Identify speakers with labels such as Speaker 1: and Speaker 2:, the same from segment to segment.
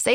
Speaker 1: Say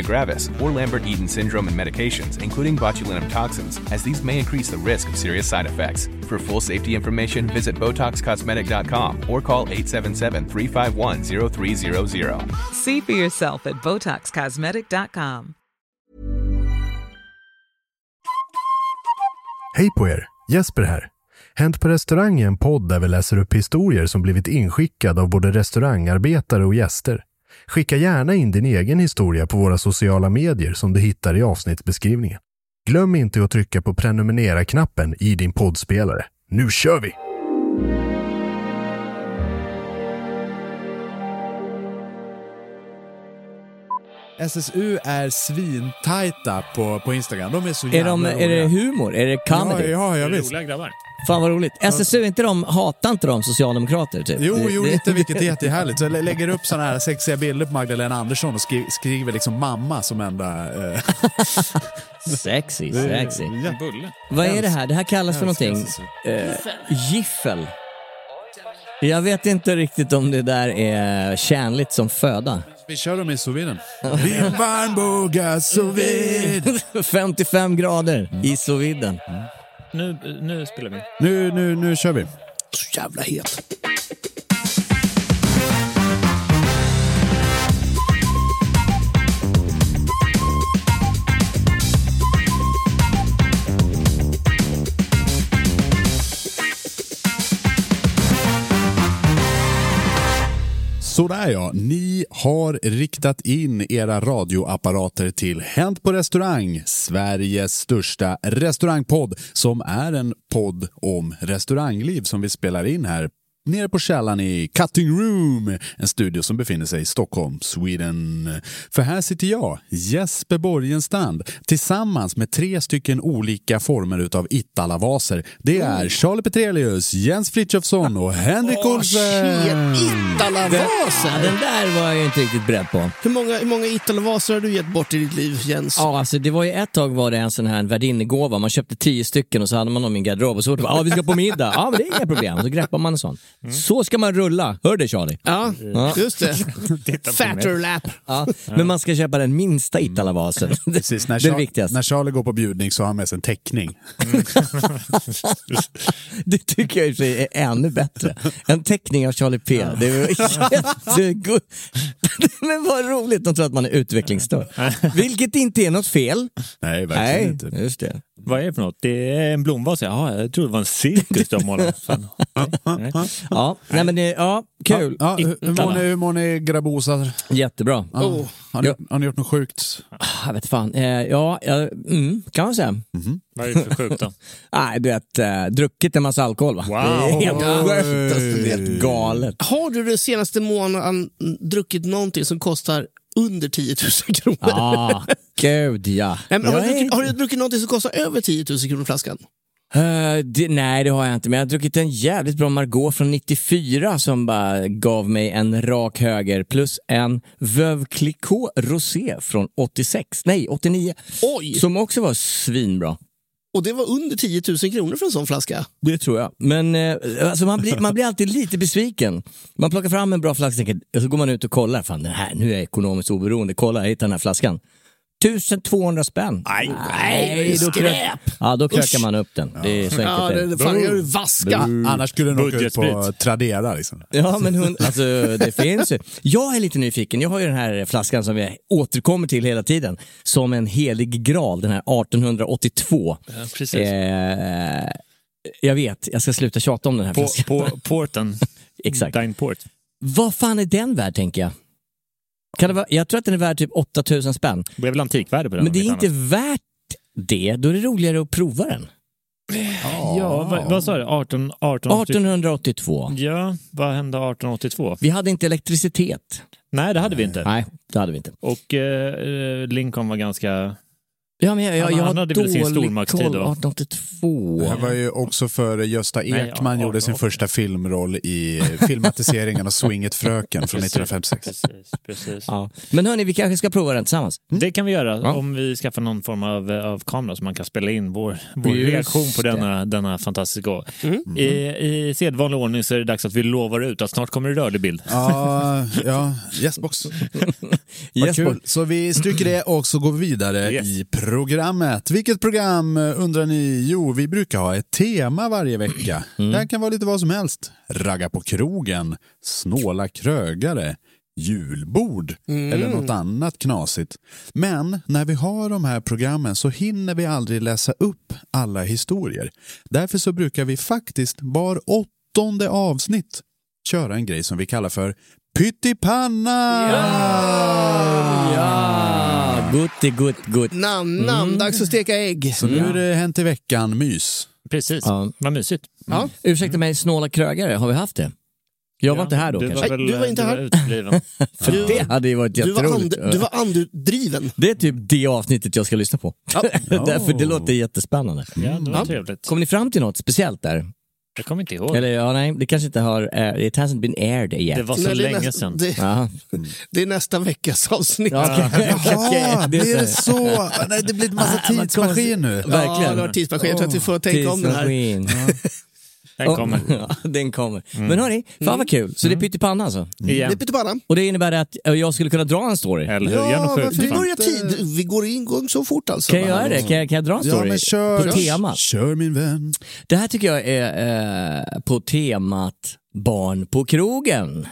Speaker 2: gravis, or Lambert-Eaton syndrome and medications, including botulinum toxins, as these may increase the risk of serious side effects. For full safety information, visit BotoxCosmetic.com or call 877-351-0300.
Speaker 3: See for yourself at BotoxCosmetic.com.
Speaker 4: Hej på er! Jesper här. Hänt på restaurang är en podd där vi läser upp historier som blivit inskickade av både restaurangarbetare och gäster. Skicka gärna in din egen historia på våra sociala medier som du hittar i avsnittsbeskrivningen. Glöm inte att trycka på prenumerera-knappen i din poddspelare. Nu kör vi!
Speaker 5: SSU är svintajta på, på Instagram. De är så
Speaker 6: Är,
Speaker 5: jävla
Speaker 6: de, är det
Speaker 5: roliga.
Speaker 6: humor? Är det
Speaker 5: Ja,
Speaker 6: comedy?
Speaker 5: ja, ja visst.
Speaker 6: Fan vad roligt. SSU, inte de, hatar inte de socialdemokrater typ?
Speaker 5: Jo,
Speaker 6: Det-
Speaker 5: jo,
Speaker 6: det-
Speaker 5: lite, vilket är jättehärligt. Så jag lä- lägger upp sådana här sexiga bilder på Magdalena Andersson och skri skriver liksom mamma som enda... Eh,
Speaker 6: Sexy, sexy.
Speaker 5: ja.
Speaker 6: Vad är det här? Det här kallas för någonting? Eh, giffel. Jag vet inte riktigt om det där är tjänligt som föda.
Speaker 5: Vi kör dem i sous-viden. Din varmboga sous vide.
Speaker 6: 55 grader i sous viden.
Speaker 5: Nu, nu, nu kör vi.
Speaker 6: Så jävla het.
Speaker 5: Sådär ja, ni har riktat in era radioapparater till Hänt på restaurang, Sveriges största restaurangpodd som är en podd om restaurangliv som vi spelar in här
Speaker 4: nere på källaren i Cutting Room, en studio som befinner sig i Stockholm, Sweden. För här sitter jag, Jesper Borgenstrand, tillsammans med tre stycken olika former utav Itala-vaser. Det är Charlie Petrelius, Jens Frithiofsson och Henrik
Speaker 7: Åh,
Speaker 4: Olsen.
Speaker 7: shit, Itala-vaser!
Speaker 3: Ja, den där var jag ju inte riktigt beredd på.
Speaker 7: Hur många, hur många Italo-vaser har du gett bort i ditt liv, Jens?
Speaker 3: Ja, alltså det var ju ett tag var det en sån här en värdinnegåva. Man köpte tio stycken och så hade man dem i en garderob och så var det bara, ja vi ska på middag. Ja, men det är inga problem. Så greppar man en sån.
Speaker 4: Mm.
Speaker 3: Så ska man rulla. Hör du Charlie?
Speaker 7: Ja,
Speaker 3: Ja.
Speaker 7: just det. Fatter lap.
Speaker 3: Ja, men man ska köpa den minsta Itala-vasen.
Speaker 4: Mm. Precis, när,
Speaker 3: det är
Speaker 4: Char-
Speaker 3: viktigast.
Speaker 4: när Charlie går på bjudning så har han med sig en teckning.
Speaker 3: Det tycker jag i och för sig är ännu bättre. En teckning av Charlie P. Det är jättegod. Men vad roligt, de tror att man är utvecklingsstörd. Vilket inte är något fel.
Speaker 4: Nej, verkligen inte.
Speaker 3: just det.
Speaker 8: Vad är det för något? Det är en blomvas. Jaha, jag trodde det var en cirkus de målade upp. Fan. Nej. eh,
Speaker 3: Ja, nej men det, ja, kul.
Speaker 4: Ja, hur, hur, mår
Speaker 3: Itala.
Speaker 4: ni, hur mår ni grabosar?
Speaker 3: Jättebra.
Speaker 4: Ja.
Speaker 7: Oh.
Speaker 4: Har, ni,
Speaker 3: Ja.
Speaker 4: har ni gjort något sjukt?
Speaker 3: Ah, Jag vet fan. Eh, ja, ja, mm, kan man säga.
Speaker 8: Vad är det för sjukt då?
Speaker 3: Nej, du vet, eh, druckit en massa alkohol va?
Speaker 8: Wow.
Speaker 3: Det är helt sjukt, alltså, det är helt galet.
Speaker 7: Har du den senaste månaden druckit någonting som kostar under 10 000 kronor?
Speaker 3: Ah, gud ja.
Speaker 7: Nej, men har,
Speaker 3: Jag
Speaker 7: du
Speaker 3: är-
Speaker 7: druckit, har du druckit någonting som kostar över 10 000 kronor flaskan?
Speaker 3: Eh, det, nej, det har jag inte. Men jag har druckit en jävligt bra Margot från 94 som bara gav mig en rak höger plus en Veuve Clicquot Rosé från 86, nej 89.
Speaker 7: Oj!
Speaker 3: Som också var svinbra.
Speaker 7: Och det var under 10 000 kronor för en sån flaska.
Speaker 3: Det tror jag. Men eh, alltså man, blir, man blir alltid lite besviken. Man plockar fram en bra flaska och tänker, och så går man ut och kollar. Fan, den här, nu är jag ekonomiskt oberoende. Kolla, jag hittade den här flaskan. 1200 spänn. Nej, då krök,
Speaker 7: skräp!
Speaker 3: ja, då krökar
Speaker 7: Usch.
Speaker 3: man upp den. Det är så enkelt
Speaker 7: Ja,
Speaker 3: det
Speaker 7: det,
Speaker 3: är.
Speaker 7: det fan, jag är ju vaska.
Speaker 4: Annars skulle den åka ut på
Speaker 8: Budgetsprit.
Speaker 4: Tradera. Liksom.
Speaker 3: Ja, men hon, alltså, det finns ju. Jag är lite nyfiken. Jag har ju den här flaskan som jag återkommer till hela tiden. Som en helig graal, den här 1882.
Speaker 8: precis.
Speaker 3: Eh, jag vet, jag ska sluta tjata om den här
Speaker 8: På,
Speaker 3: flaskan.
Speaker 8: på porten.
Speaker 3: Exakt.
Speaker 8: Dineport.
Speaker 3: Vad fan är den värd, tänker jag? Kan det vara, jag tror att den är värd typ 8000 spänn.
Speaker 8: Det är väl antikvärde på den?
Speaker 3: Men det är
Speaker 8: om
Speaker 3: inte
Speaker 8: annat.
Speaker 3: värt det. Då är det roligare att prova den.
Speaker 8: Ja, vad, vad sa du? 18... 18,
Speaker 3: 1882.
Speaker 8: Ja, vad hände 1882?
Speaker 3: Vi hade inte elektricitet.
Speaker 8: Nej, det hade vi inte.
Speaker 3: Nej, det hade vi inte.
Speaker 8: Och eh, Lincoln var ganska...
Speaker 3: Ja, men jag, jag,
Speaker 8: Han-
Speaker 3: jag
Speaker 8: han
Speaker 3: har
Speaker 8: hade väl sin
Speaker 3: dålig
Speaker 8: stormaktstid
Speaker 3: koll.
Speaker 8: då?
Speaker 3: 1882.
Speaker 4: Det
Speaker 3: Mm.
Speaker 4: här var ju också före Gösta
Speaker 8: Nej,
Speaker 4: Ekman
Speaker 8: ja,
Speaker 4: gjorde sin
Speaker 8: 18.
Speaker 4: första filmroll i filmatiseringen av Swinget Fröken från 1956.
Speaker 8: Precis, precis. Mm.
Speaker 3: Ja. Men hörni, vi kanske ska prova den tillsammans.
Speaker 8: Det kan vi göra
Speaker 3: Ja.
Speaker 8: om vi skaffar någon form av, eh, av kamera så man kan spela in vår, vår
Speaker 3: Just
Speaker 8: reaktion på
Speaker 3: det.
Speaker 8: denna, denna fantastiska gåva.
Speaker 4: Mm.
Speaker 8: I, I sedvanlig ordning så är det dags att vi lovar ut att snart kommer det rörlig bild.
Speaker 4: Ja, ja, yesbox. Vad
Speaker 3: Yes,
Speaker 4: kul.
Speaker 3: boy.
Speaker 4: Så vi stryker det och så går vi vidare
Speaker 8: Yes.
Speaker 4: i programmet. Vilket program eh, undrar ni? Jo, vi brukar ha ett tema varje vecka. Det här kan vara lite vad som helst. Ragga på krogen, snåla krögare, julbord eller något annat knasigt. Men när vi har de här programmen så hinner vi aldrig läsa upp alla historier. Därför så brukar vi faktiskt var åttonde avsnitt köra en grej som vi kallar för Pyttipanna!
Speaker 3: Ja, gutti, gutt, gutt.
Speaker 7: Namn, namn, dags att steka ägg.
Speaker 4: Så nu är det hänt i veckan, mys.
Speaker 8: Precis,
Speaker 3: Ja.
Speaker 8: vad mysigt.
Speaker 7: Ja.
Speaker 3: Ursäkta mig, snåla krögare, har vi haft det? Jag var inte här då
Speaker 8: du
Speaker 3: kanske.
Speaker 8: Var
Speaker 7: Nej,
Speaker 8: väl,
Speaker 7: du var inte här.
Speaker 8: utbliven.
Speaker 3: För det hade ju varit
Speaker 7: Du var,
Speaker 3: jätteroligt.
Speaker 7: and, du var andedriven.
Speaker 3: Det är typ det avsnittet jag ska lyssna på. Därför det låter jättespännande.
Speaker 8: Ja, det var
Speaker 7: Ja.
Speaker 8: trevligt.
Speaker 3: Kom ni fram till något speciellt där?
Speaker 8: Jag kommer inte ihåg.
Speaker 3: Eller ja, nej, det kanske inte har... eh, it hasn't been aired yet.
Speaker 8: Det var så
Speaker 7: Nej, det är
Speaker 8: länge
Speaker 7: nästa-
Speaker 8: sedan.
Speaker 7: Det,
Speaker 3: Ja.
Speaker 7: det är nästa veckas avsnitt.
Speaker 3: Ja, okej, okej, okej.
Speaker 4: blir det så? Nej, det blir en massa
Speaker 3: Ah, man kommer-
Speaker 4: tidsmaskin nu.
Speaker 7: Ja,
Speaker 3: Verkligen.
Speaker 7: det var tidsmaskin. Jag tror att vi får tänka om den här.
Speaker 3: Tidsmaskin.
Speaker 8: Den kommer. Mm.
Speaker 3: Ja, den kommer. Men hörni, fan vad kul. Så det är pyttipanna alltså?
Speaker 7: Mm. Det är
Speaker 8: Igen.
Speaker 7: pyttipanna.
Speaker 3: Och det innebär att eh, jag skulle kunna dra en story?
Speaker 8: Eller hur? Gärna sjukt.
Speaker 7: Vi
Speaker 8: fan.
Speaker 7: börjar tid. Vi går igång så fort alltså.
Speaker 3: Kan jag göra det? Kan jag, kan jag dra en
Speaker 4: Ja,
Speaker 3: story
Speaker 4: men kör,
Speaker 3: på temat?
Speaker 4: kör min vän.
Speaker 3: Det här tycker jag är eh, på temat barn på krogen.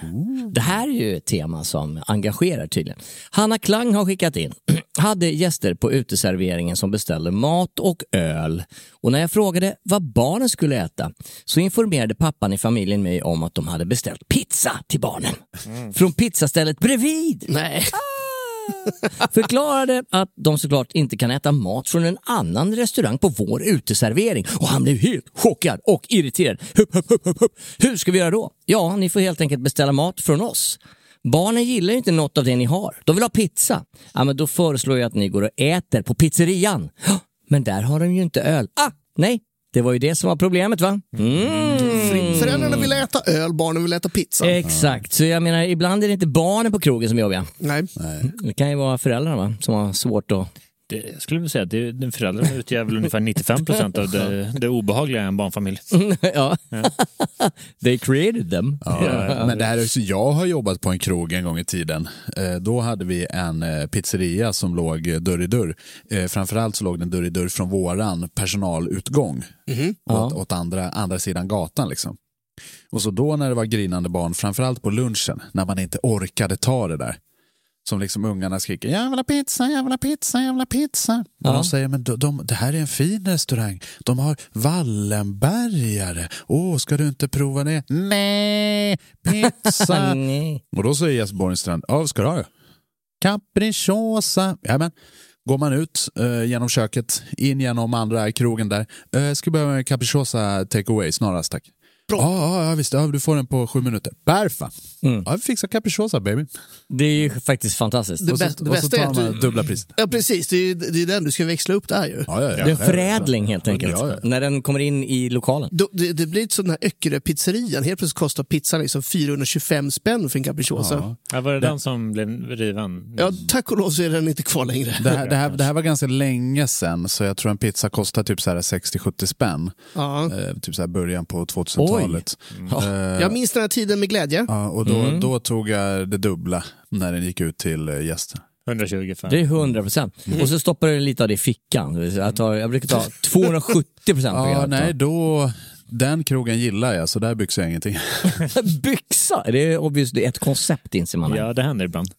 Speaker 3: Det här är ju ett tema som engagerar typ. tydligen. Hanna Klang har skickat in. Hade gäster på uteserveringen som beställde mat och öl. Och när jag frågade vad barnen skulle äta så informerade pappan i familjen mig om att de hade beställt pizza till barnen. Från pizzastället bredvid. Ah!
Speaker 7: Nej.
Speaker 3: förklarade att de såklart inte kan äta mat från en annan restaurang på vår uteservering och han blev helt chockad och irriterad. Hup, hup, hup, hup, hup. Hur ska vi göra då? Ja, ni får helt enkelt beställa mat från oss. Barnen gillar ju inte något av det ni har. De vill ha pizza. Ja, men då föreslår jag att ni går och äter på pizzerian. "Ja, Men där har de ju inte öl. Ah, nej, det var ju det som var problemet va? Mm.
Speaker 4: Föräldrarna vill äta öl, barnen vill äta pizza.
Speaker 3: Exakt, så jag menar ibland är det inte barnen på krogen som är jobbiga.
Speaker 4: Nej.
Speaker 3: Det kan ju vara föräldrarna va? som har svårt att...
Speaker 8: Det, jag skulle vilja säga att det, den föräldrarna utgör väl ungefär 95 procent av det, det obehagliga i en barnfamilj.
Speaker 3: ja. They created them.
Speaker 2: Ja, men det här är så jag har jobbat på en krog en gång i tiden. Eh, Då hade vi en eh, pizzeria som låg eh, dörr i dörr. Eh, Framförallt så låg den dörr i dörr från våran personalutgång åt, åt andra, andra sidan gatan. Liksom. Och så då när det var grinande barn, framförallt på lunchen, när man inte orkade ta det där. Som liksom ungarna skriker, jag vill ha pizza, jag vill ha pizza, jag vill ha pizza. Och de säger, men de, de, det här är en fin restaurang. De har Wallenbergare. Åh, ska du inte prova det? Nej, Eh, pizza.
Speaker 3: Nej.
Speaker 2: Och då säger Jesper Borgenstrand, ja vad ska du ha då? Capricciosa. Jajamän. Går man ut eh, genom köket, in genom andra krogen där. Eh, skulle behöva en capricciosa takeaway snarast tack. Ja, ja, ja, visst. Ja, du får den på sju minuter. Perfa!
Speaker 4: Mm.
Speaker 2: Ja, vi fixar capricciosa baby.
Speaker 3: Det är ju faktiskt fantastiskt.
Speaker 4: Det,
Speaker 2: Och så-
Speaker 4: bäst, det
Speaker 2: och så
Speaker 4: bästa är
Speaker 2: tar
Speaker 4: att
Speaker 2: man
Speaker 4: du...
Speaker 2: dubbla priset.
Speaker 4: Ja, precis. Det är ju det är den du ska växla upp där ju.
Speaker 2: Ja, ja, ja.
Speaker 3: Det är en förädling helt enkelt,
Speaker 2: Ja, ja.
Speaker 3: när den kommer in i lokalen.
Speaker 4: Då- Det, det blir inte sån här Öckerö-pizzerian. Helt plötsligt kostar pizzan liksom 425 spänn för en capricciosa. Ja.
Speaker 8: Ja, var det den som blev riven?
Speaker 4: tack och lov så är den inte kvar längre.
Speaker 2: Det här, det, här, det här var ganska länge sedan, så jag tror en pizza kostar typ så här 60-70 spänn.
Speaker 4: Ja.
Speaker 2: Eh, typ så här början på 2000-talet. Eh,
Speaker 4: Jag minns den här tiden med glädje.
Speaker 2: ja, och då, då tog jag det dubbla när den gick ut till eh, gäster.
Speaker 8: 120 för.
Speaker 3: Det är 100 procent.
Speaker 4: Mm.
Speaker 3: Och så stoppar du lite av det i fickan. Jag, tar, jag brukar ta 270 procent.
Speaker 2: Ja, nej, då, den krogen gillar jag, så där byxar jag ingenting.
Speaker 3: Byxa! Det är obviously ett koncept inser man. Mm.
Speaker 8: Ja, det händer ibland.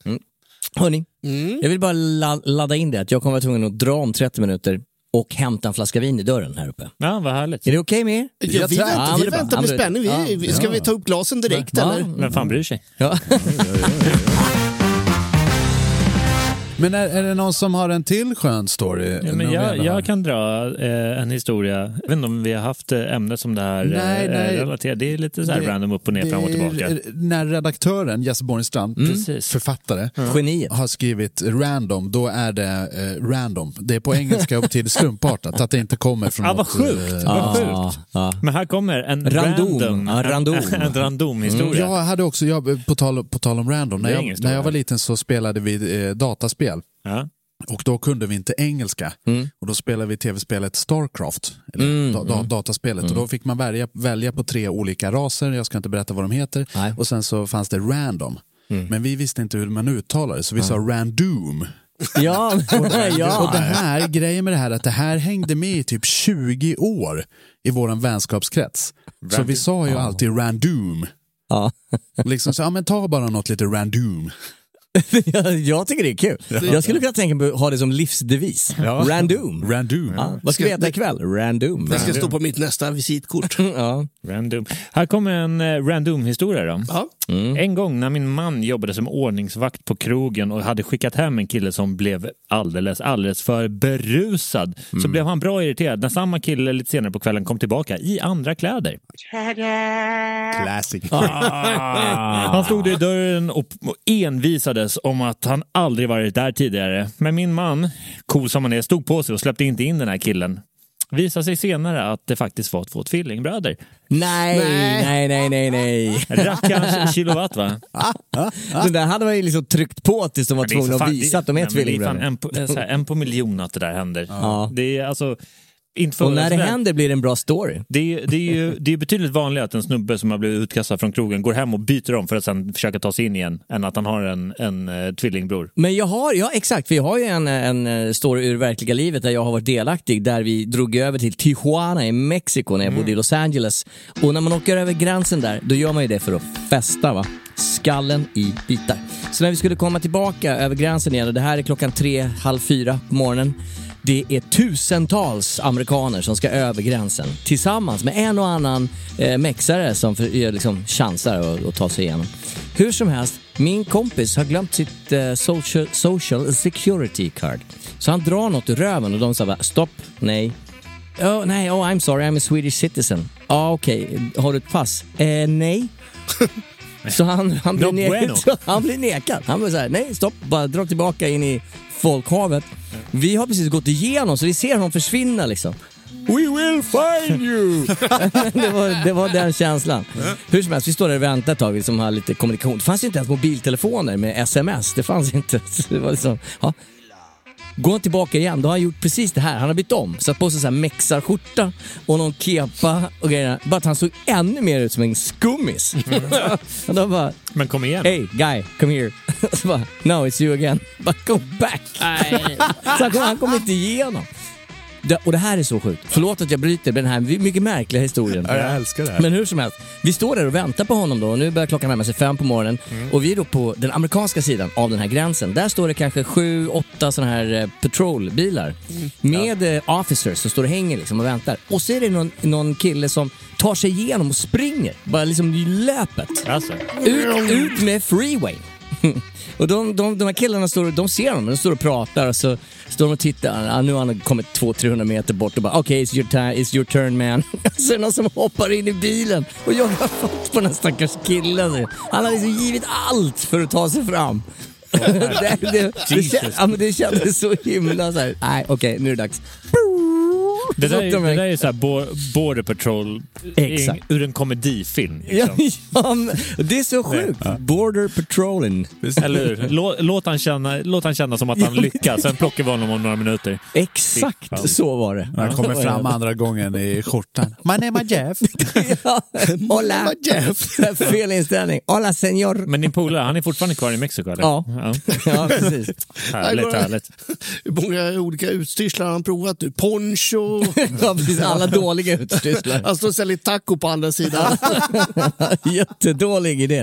Speaker 3: Hörni,
Speaker 4: Mm.
Speaker 3: jag vill bara la- ladda in det att jag kommer vara tvungen att dra om 30 minuter och hämta en flaska vin i dörren här uppe.
Speaker 8: Ja, vad härligt.
Speaker 3: Är det okej med er?
Speaker 4: Ja, vi
Speaker 3: Ja,
Speaker 4: väntar,
Speaker 3: men
Speaker 4: vi
Speaker 3: det är bra.
Speaker 4: väntar med
Speaker 3: Ja, men
Speaker 4: spänning.
Speaker 3: det är bra.
Speaker 4: Vi, vi- ska vi ta upp glasen direkt
Speaker 3: Ja.
Speaker 4: eller?
Speaker 8: Vem fan bryr sig?
Speaker 3: Ja.
Speaker 2: Men är, är det någon som har en till skön story?
Speaker 8: Ja,
Speaker 2: Någon
Speaker 8: men jag,
Speaker 2: vill ha?
Speaker 8: jag kan dra eh, en historia. Jag vet inte om vi har haft eh, ämnet som det här
Speaker 3: Mm.
Speaker 8: eh,
Speaker 2: Nej, nej.
Speaker 8: relaterat. Det är lite så här
Speaker 2: Det-
Speaker 8: random upp och ner,
Speaker 2: Det
Speaker 8: fram och
Speaker 2: är-
Speaker 8: tillbaka. Mm.
Speaker 2: är- När redaktören Jesse Borgenstrand,
Speaker 8: Precis.
Speaker 2: författare,
Speaker 3: Geniet.
Speaker 2: har skrivit random, då är det eh, random. Det är på engelska upp till slumpartat, att det inte kommer från
Speaker 8: Ja, vad
Speaker 2: något...
Speaker 8: sjukt!
Speaker 2: eh,
Speaker 8: Vad sjukt.
Speaker 3: ja.
Speaker 8: Men här kommer en
Speaker 3: Random.
Speaker 8: random,
Speaker 3: Ja, random.
Speaker 8: En, en random historia.
Speaker 2: Mm. Jag hade också, jag, på, tal, på tal om random, när
Speaker 8: Det är
Speaker 2: jag,
Speaker 8: ingen stor
Speaker 2: när jag var
Speaker 8: här.
Speaker 2: liten så spelade vi eh, dataspel.
Speaker 8: Ja.
Speaker 2: Och då kunde vi inte engelska. Och då spelade vi tv-spelet Starcraft, eller da, da, dataspelet. Och då fick man välja, välja på tre olika raser, jag ska inte berätta vad de heter.
Speaker 3: Nej.
Speaker 2: Och sen så fanns det random.
Speaker 8: Mm.
Speaker 2: Men vi visste inte hur man uttalade så vi sa random.
Speaker 3: Ja,
Speaker 2: Och det
Speaker 3: ja.
Speaker 2: här, grejen med det här, att det här hängde med i typ 20 år i våran vänskapskrets. Så vi sa ju alltid random.
Speaker 3: ja.
Speaker 2: Liksom så, ja men ta bara något lite random.
Speaker 3: Jag- Jag tycker det är kul. Jag skulle kunna tänka mig att ha det som livsdevis. Random.
Speaker 2: Random.
Speaker 3: Ja. Vad ska vi äta ikväll? Random.
Speaker 4: Det ska stå på mitt nästa visitkort.
Speaker 3: Ja.
Speaker 8: Random. Här kommer en eh, random historia då.
Speaker 4: Ja.
Speaker 8: En gång när min man jobbade som ordningsvakt på krogen och hade skickat hem en kille som blev alldeles, alldeles för berusad så blev han bra irriterad när samma kille lite senare på kvällen kom tillbaka i andra kläder.
Speaker 2: Classic.
Speaker 8: Han stod i dörren och och envisades om att han aldrig varit där tidigare. Men min man, cool som han är, stod på sig och släppte inte in den här killen. Visade sig senare att det faktiskt var två tvillingbröder.
Speaker 3: Nej, nej, nej, nej, nej.
Speaker 8: Rackarns kilowatt va?
Speaker 3: Den där hade man ju liksom tryckt på tills de var
Speaker 8: Men det är
Speaker 3: tvungna
Speaker 8: för
Speaker 3: att
Speaker 8: fan-
Speaker 3: visa att de
Speaker 8: Nej,
Speaker 3: är
Speaker 8: men det fan
Speaker 3: tvillingbröder.
Speaker 8: En, på- eh, så här, en på miljon att det där händer.
Speaker 3: Ja.
Speaker 8: Det är alltså... Inte för
Speaker 3: Och när det
Speaker 8: sådär.
Speaker 3: händer blir det en bra story.
Speaker 8: Det är, det, är ju, det är betydligt vanligare att en snubbe som har blivit utkastad från krogen går hem och byter om för att sen försöka ta sig in igen än att han har en, en eh, tvillingbror.
Speaker 3: Men jag har, ja exakt, för jag har ju en, en eh, story ur verkliga livet där jag har varit delaktig, där vi drog över till Tijuana i Mexiko när jag bodde i Los Angeles. Och när man åker över gränsen där, då gör man ju det för att festa va. Skallen i bitar. Så när vi skulle komma tillbaka över gränsen igen, och det här är klockan tre, halv fyra på morgonen. Det är tusentals amerikaner som ska över gränsen tillsammans med en och annan eh, mexare som för, eh, liksom chansar att att ta sig igenom. Hur som helst, Min kompis har glömt sitt eh, social, social security card. Så han drar något ur röven och de säger bara stopp, nej. Oh, nej, oh I'm sorry, I'm a Swedish citizen. Ja, ah, okej, har du ett pass? Eh, nej. så han, han, blir
Speaker 9: No bueno.
Speaker 3: nekad, så han blir nekad. Han blir såhär, nej stopp, bara dra tillbaka in i folkhavet. Vi har precis gått igenom så vi ser honom försvinna liksom. We will find you! det, var, det var den känslan. Hur som helst, vi står där och väntar ett tag, liksom har lite kommunikation. Det fanns ju inte ens mobiltelefoner med sms. Det fanns inte. Så det var liksom, ja. Går han tillbaka igen, då har han gjort precis det här. Han har bytt om. Satt på sig en mexarskjorta och någon kepa och grejer. Bara att han såg ännu mer ut som en skummis. och då bara,
Speaker 8: Men kom igen.
Speaker 3: Hey guy, come here. så bara, no it's you again. Bara, go back. så han kom, han kom inte igenom. Det, och det här är så sjukt. Förlåt att jag bryter med den här mycket märkliga historien.
Speaker 4: Ja, jag älskar det här.
Speaker 3: Men hur som helst, vi står där och väntar på honom då. Och nu börjar klockan närma sig fem på morgonen. Och vi är då på den amerikanska sidan av den här gränsen. Där står det kanske sju, åtta sådana här eh, patrolbilar. Med eh, officers som står och hänger liksom och väntar. Och så är det någon, någon kille som tar sig igenom och springer. Bara liksom i löpet. Ut, ut med freeway. och de, de, de här killarna står, de ser honom, de står och pratar och så står de och tittar. Ah, nu har han kommit 200-300 meter bort och bara okej, okay, it's, your ti- it's your turn man. så är det någon som hoppar in i bilen och jagar fatt på den här stackars killen. Han har liksom givit allt för att ta sig fram. det, det, det,
Speaker 8: Jesus.
Speaker 3: ja, men det kändes så himla så här. nej okej, nu är det dags.
Speaker 8: Det där, är,
Speaker 3: Så de-
Speaker 8: det där är så här bo- Border Patrol
Speaker 3: Exakt.
Speaker 8: I, ur en komedifilm.
Speaker 3: Ja,
Speaker 8: Liksom.
Speaker 3: ja, men det är så sjukt. Border patrolling.
Speaker 8: Eller hur? Lå- Låt han, känna, låt han känna som att han lyckas, sen plockar vi honom om några minuter.
Speaker 3: Exakt så var det.
Speaker 4: Han kommer fram andra gången i skjortan. My name is Jeff.
Speaker 3: Hola! Fel inställning. Hola senor!
Speaker 8: Men din polare, han är fortfarande kvar i Mexiko eller?
Speaker 3: Ja. Ja, precis.
Speaker 8: Härligt, härligt.
Speaker 7: Hur många olika utstyrslar har han provat nu? Poncho?
Speaker 3: ja, precis. Alla dåliga utstyrslar.
Speaker 7: Han står och säljer taco på andra sidan.
Speaker 3: Jättedålig idé.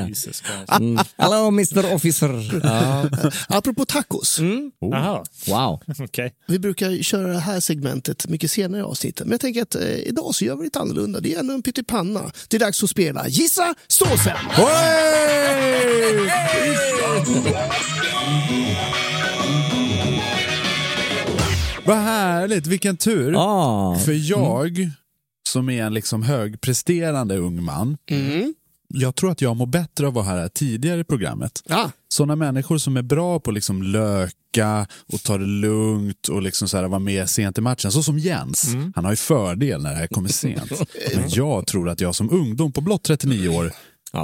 Speaker 3: Mm. Hello Mr Officer. Ja.
Speaker 7: Apropå tacos.
Speaker 8: Jaha.
Speaker 3: Wow.
Speaker 8: Okej.
Speaker 7: Vi brukar köra det här segmentet mycket senare i avsnittet. Men jag tänker att eh, idag så gör vi lite annorlunda. Det är ännu en pyttipanna. Det är dags att spela Gissa såsen!
Speaker 4: Vad härligt, vilken tur.
Speaker 3: Ah.
Speaker 4: För jag, som är en liksom högpresterande ung man, jag tror att jag mår bättre av att vara här tidigare i programmet.
Speaker 7: Ja.
Speaker 4: Sådana människor som är bra på liksom löka och ta det lugnt och liksom så här vara med sent i matchen, så som Jens. Han har ju fördel när det här kommer sent. Men jag tror att jag som ungdom på blott 39 år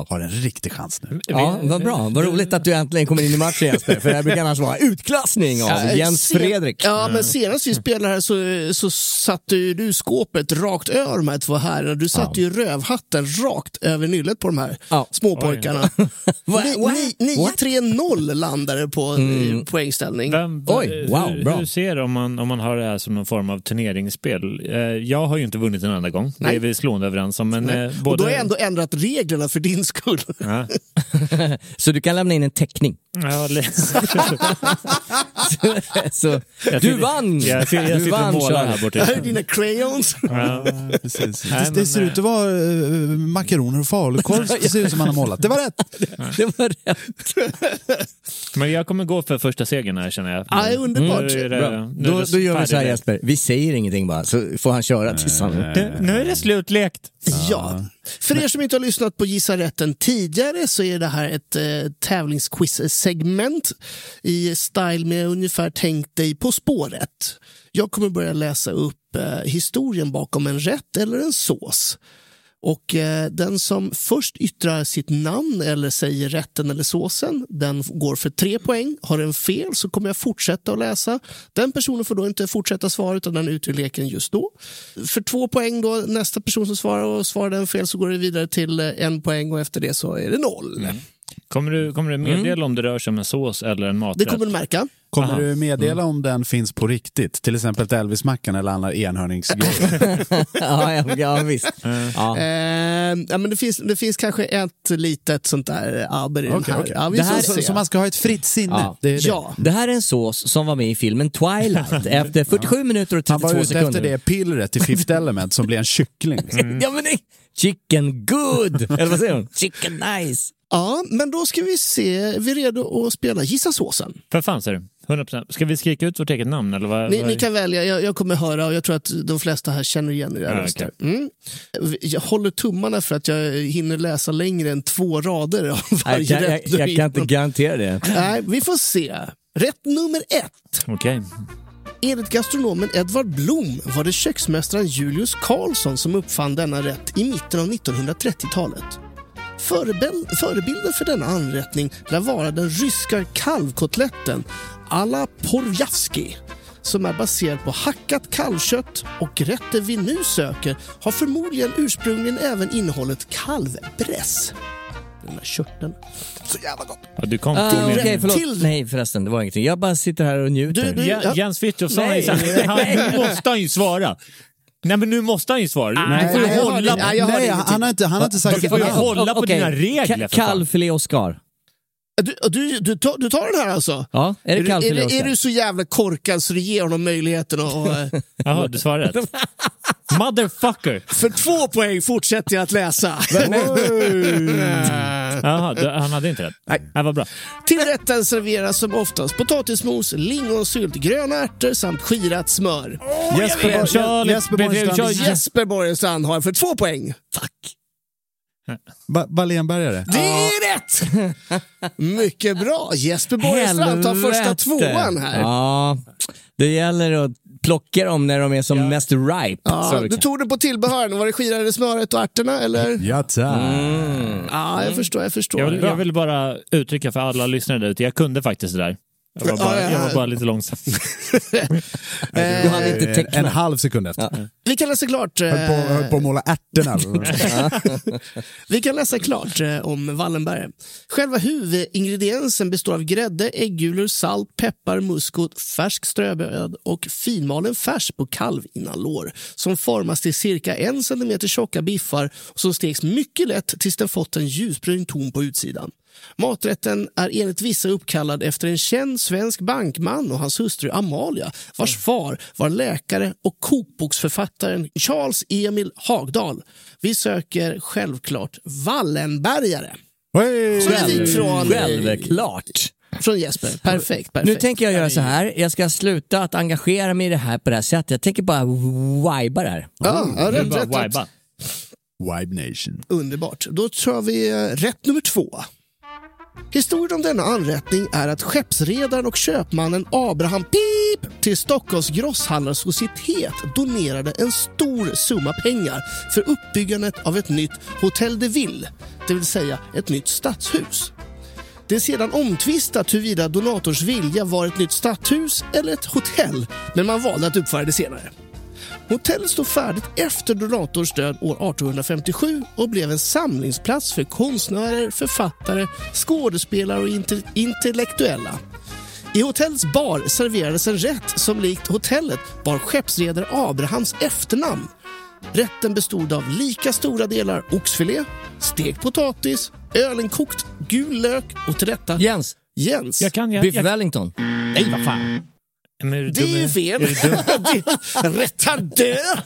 Speaker 4: har en riktig chans nu.
Speaker 3: Ja, vad bra. Vad roligt att du äntligen kommer in i matchen Jesper. För det här brukar annars vara utklassning av
Speaker 7: Eh,
Speaker 3: Jens
Speaker 7: sen-
Speaker 3: Fredrik.
Speaker 7: Ja, men senast vi spelade här så, så satte ju du skåpet rakt över de här två herrarna. Du satte ju rövhatten rakt över nyllet på de här
Speaker 3: Ja.
Speaker 7: småpojkarna.
Speaker 3: What?
Speaker 7: Ni-
Speaker 3: What? Mm.
Speaker 7: ni- 9-3-0 landade på eh, poängställning.
Speaker 8: Vem, eh,
Speaker 3: Oj, wow,
Speaker 8: hur,
Speaker 3: bra.
Speaker 8: hur ser det om man, om man har det här som någon form av turneringsspel? Eh, jag har ju inte vunnit en enda gång, det
Speaker 7: Nej.
Speaker 8: är vi slående överens om. Men, eh, både...
Speaker 7: Och då har jag ändå ändrat reglerna för din skull.
Speaker 8: Ja.
Speaker 3: Så du kan lämna in en teckning.
Speaker 8: Ja, le-
Speaker 3: Så,
Speaker 8: Jag
Speaker 3: du
Speaker 8: sitter-
Speaker 3: vann!
Speaker 8: Jag, sitter- jag
Speaker 3: Du
Speaker 8: sitter och
Speaker 3: vann
Speaker 8: målar
Speaker 3: Charlie.
Speaker 8: här borta.
Speaker 7: Det här är dina crayons.
Speaker 8: Ja.
Speaker 4: Precis.
Speaker 8: Nej,
Speaker 4: det, det
Speaker 8: men,
Speaker 4: ser ut att vara eh, makaroner och falukorv. Det ser ut som han har målat. Det var rätt!
Speaker 3: Det var rätt.
Speaker 8: Men jag kommer gå för första segern här känner jag.
Speaker 7: Ja, underbart.
Speaker 8: Nu är Mm. det-
Speaker 3: Bra.
Speaker 8: nu är
Speaker 3: Då,
Speaker 8: det
Speaker 3: då gör vi så här
Speaker 8: färdiglekt.
Speaker 3: Jesper, vi säger ingenting bara så får han köra tills han...
Speaker 4: Eh,
Speaker 8: Nu är det slutlekt.
Speaker 7: Ja. För er som inte har lyssnat på Gissa rätten tidigare så är det här ett eh, tävlingsquiz-segment i stil med ungefär Tänk dig På spåret. Jag kommer börja läsa upp eh, historien bakom en rätt eller en sås. Och eh, den som först yttrar sitt namn eller säger rätten eller såsen, den f- går för tre poäng. Har den fel så kommer jag fortsätta att läsa. Den personen får då inte fortsätta svara utan den är ute ur leken just då. För två poäng då, nästa person som svarar och svarar den fel så går det vidare till eh, en poäng och efter det så är det noll.
Speaker 8: Kommer du, kommer du meddela om det rör sig om en sås eller en maträtt?
Speaker 7: Det kommer du märka.
Speaker 4: Kommer
Speaker 8: Aha. Mm.
Speaker 4: du meddela om den finns på riktigt? Till exempel till Elvis-mackan eller andra enhörningsgrejer?
Speaker 3: ja, ja, ja, visst. Ja.
Speaker 7: Eh, ja, men det, finns, det finns kanske ett litet sånt där aber i den
Speaker 4: Okej,
Speaker 7: här.
Speaker 4: okej.
Speaker 7: Ja, vi
Speaker 3: Det
Speaker 7: får
Speaker 3: här-
Speaker 7: se.
Speaker 4: Så man ska ha ett fritt sinne.
Speaker 3: Ja.
Speaker 4: Det är det.
Speaker 7: ja.
Speaker 3: Det här är en sås som var med i filmen Twilight efter 47 minuter och
Speaker 4: Han var
Speaker 3: 32
Speaker 4: ute efter
Speaker 3: sekunder. Mm.
Speaker 4: det pillret till Fifth Element som blir en kyckling.
Speaker 3: Ja, men nej. Chicken good! Eller vad säger hon? Chicken nice!
Speaker 7: Ja, men då ska vi se. Är vi redo att spela Gissa såsen?
Speaker 3: För fan ser du. 100%. Ska vi skrika ut vårt eget namn eller vad?
Speaker 7: Ni,
Speaker 3: vad-
Speaker 7: ni kan välja. Jag, jag kommer höra och jag tror att de flesta här känner igen era
Speaker 3: Ja,
Speaker 7: röster.
Speaker 3: okej.
Speaker 7: Mm. Jag håller tummarna för att jag hinner läsa längre än två rader av
Speaker 4: Jag,
Speaker 7: varje
Speaker 4: kan- jag,
Speaker 7: rätt. du
Speaker 4: jag kan inte
Speaker 7: hittar.
Speaker 4: garantera det.
Speaker 7: Nej, vi får se. Rätt nummer ett.
Speaker 3: Okej.
Speaker 7: Enligt gastronomen Edvard Blom var det köksmästaren Julius Karlsson som uppfann denna rätt i mitten av 1930-talet. Förebild, förebilden för denna anrättning lär vara den ryska kalvkotletten
Speaker 3: Ah,
Speaker 7: à la Porjavski som är baserad på hackat kalvkött och rätten vi nu söker har förmodligen ursprungligen även innehållet kalvbräss. Den där körteln. Så jävla gott!
Speaker 3: Ja, du kom
Speaker 4: Ah,
Speaker 3: till
Speaker 4: Okej,
Speaker 3: med-
Speaker 4: förlåt. Nej förresten, det var ingenting. Jag bara sitter här och njuter.
Speaker 3: Ja, Jens Frithiofsson är
Speaker 4: Nej.
Speaker 3: ju- han- Nu måste han ju svara. Nej men nu måste han ju svara. Du får ju hålla på-
Speaker 2: Nej, han har inte, han har inte sagt
Speaker 3: Du får ju
Speaker 2: namn.
Speaker 3: hålla på dina regler för fan.
Speaker 4: Kalvfilé Oscar.
Speaker 7: Du, du, du, tar, du tar den här alltså?
Speaker 4: Ja, är det
Speaker 7: du- är,
Speaker 4: kalvfilé
Speaker 7: du, är
Speaker 4: Oscar?
Speaker 7: du så jävla korkad så du ger honom möjligheten att... Och, eh,
Speaker 3: Jaha, du svarar rätt. Motherfucker!
Speaker 7: för två poäng fortsätter jag att läsa.
Speaker 3: Jaha, du- han hade inte rätt. Nej. Vad bra.
Speaker 7: Till rätten serveras som oftast potatismos, lingonsylt, gröna ärtor samt skirat smör.
Speaker 3: Jesper
Speaker 2: vet.
Speaker 3: Borgenstrand,
Speaker 2: Jesper
Speaker 3: Peter
Speaker 2: Borgenstrand.
Speaker 3: Hugosson, Jesper-
Speaker 7: Jesper Borgenstrand har för två poäng.
Speaker 2: Ba- Wallenbergare.
Speaker 7: Det är rätt! Mycket bra. Jesper Borgenstrand tar första
Speaker 4: Helvete.
Speaker 7: tvåan här.
Speaker 4: Ja, det gäller att plocka dem när de är som mest ripe.
Speaker 7: Ja,
Speaker 4: så
Speaker 7: du
Speaker 4: det kan-
Speaker 7: tog det på tillbehören. Var det skirade smöret och ärtorna? Eller? Ja,
Speaker 2: Ja, tack.
Speaker 4: Mm.
Speaker 7: jag förstår. Jag förstår.
Speaker 3: Jag vill, jag vill bara uttrycka för alla lyssnare där ute, jag kunde faktiskt det där. Jag var bara,
Speaker 7: Ja, ja, ja.
Speaker 3: jag var bara lite långsam.
Speaker 4: Du hann inte
Speaker 2: Eh, En
Speaker 4: teckna.
Speaker 2: halv sekund efter.
Speaker 7: Vi kan läsa klart. eh,
Speaker 2: Höll, på, höll på att måla ärtorna.
Speaker 7: Vi kan läsa klart eh, om Wallenberg. Själva huvudingrediensen består av grädde, äggulor, salt, peppar, muskot, färsk ströbröd och finmalen färs på kalvinnanlår som formas till cirka en centimeter tjocka biffar och som steks mycket lätt tills den fått en ljusbrun ton på utsidan. Maträtten är enligt vissa uppkallad efter en känd svensk bankman och hans hustru Amalia vars far var läkare och kokboksförfattaren Charles Emil Hagdahl. Vi söker självklart Wallenbergare. Så
Speaker 2: Hej!
Speaker 7: vi fick från,
Speaker 4: Självklart.
Speaker 7: från Jesper. Perfekt. perfekt.
Speaker 4: Nu tänker jag göra så här. Jag ska sluta att engagera mig i det här på det här sättet. Jag tänker bara viba det här.
Speaker 7: Ja, ja,
Speaker 3: Jag
Speaker 7: rätt,
Speaker 3: bara
Speaker 7: rätt, rätt.
Speaker 3: vibar.
Speaker 2: Vibe Nation.
Speaker 7: Underbart. Då tar vi eh, rätt nummer två. Historien om denna anrättning är att skeppsredaren och köpmannen Abraham Pip till Stockholms grosshandlarsocietet donerade en stor summa pengar för uppbyggandet av ett nytt Hotel de Ville, det vill säga ett nytt stadshus. Det är sedan omtvistat huruvida donatorns vilja var ett nytt stadshus eller ett hotell, men man valde att uppföra det senare. Hotellet stod färdigt efter donatorns död år 1857 och blev en samlingsplats för konstnärer, författare, skådespelare och inte- intellektuella. I hotellets bar serverades en rätt som likt hotellet bar skeppsredare Abrahams efternamn. Rätten bestod av lika stora delar oxfilé, stekt potatis, ölenkokt gul lök och till detta
Speaker 4: Jens,
Speaker 7: Jens.
Speaker 3: Jag kan, jag,
Speaker 4: Biff
Speaker 3: jag,
Speaker 4: Wellington. Nej, vad fan.
Speaker 3: men är du
Speaker 7: Det är ju
Speaker 3: dum i-
Speaker 7: fel. Det är Retardör!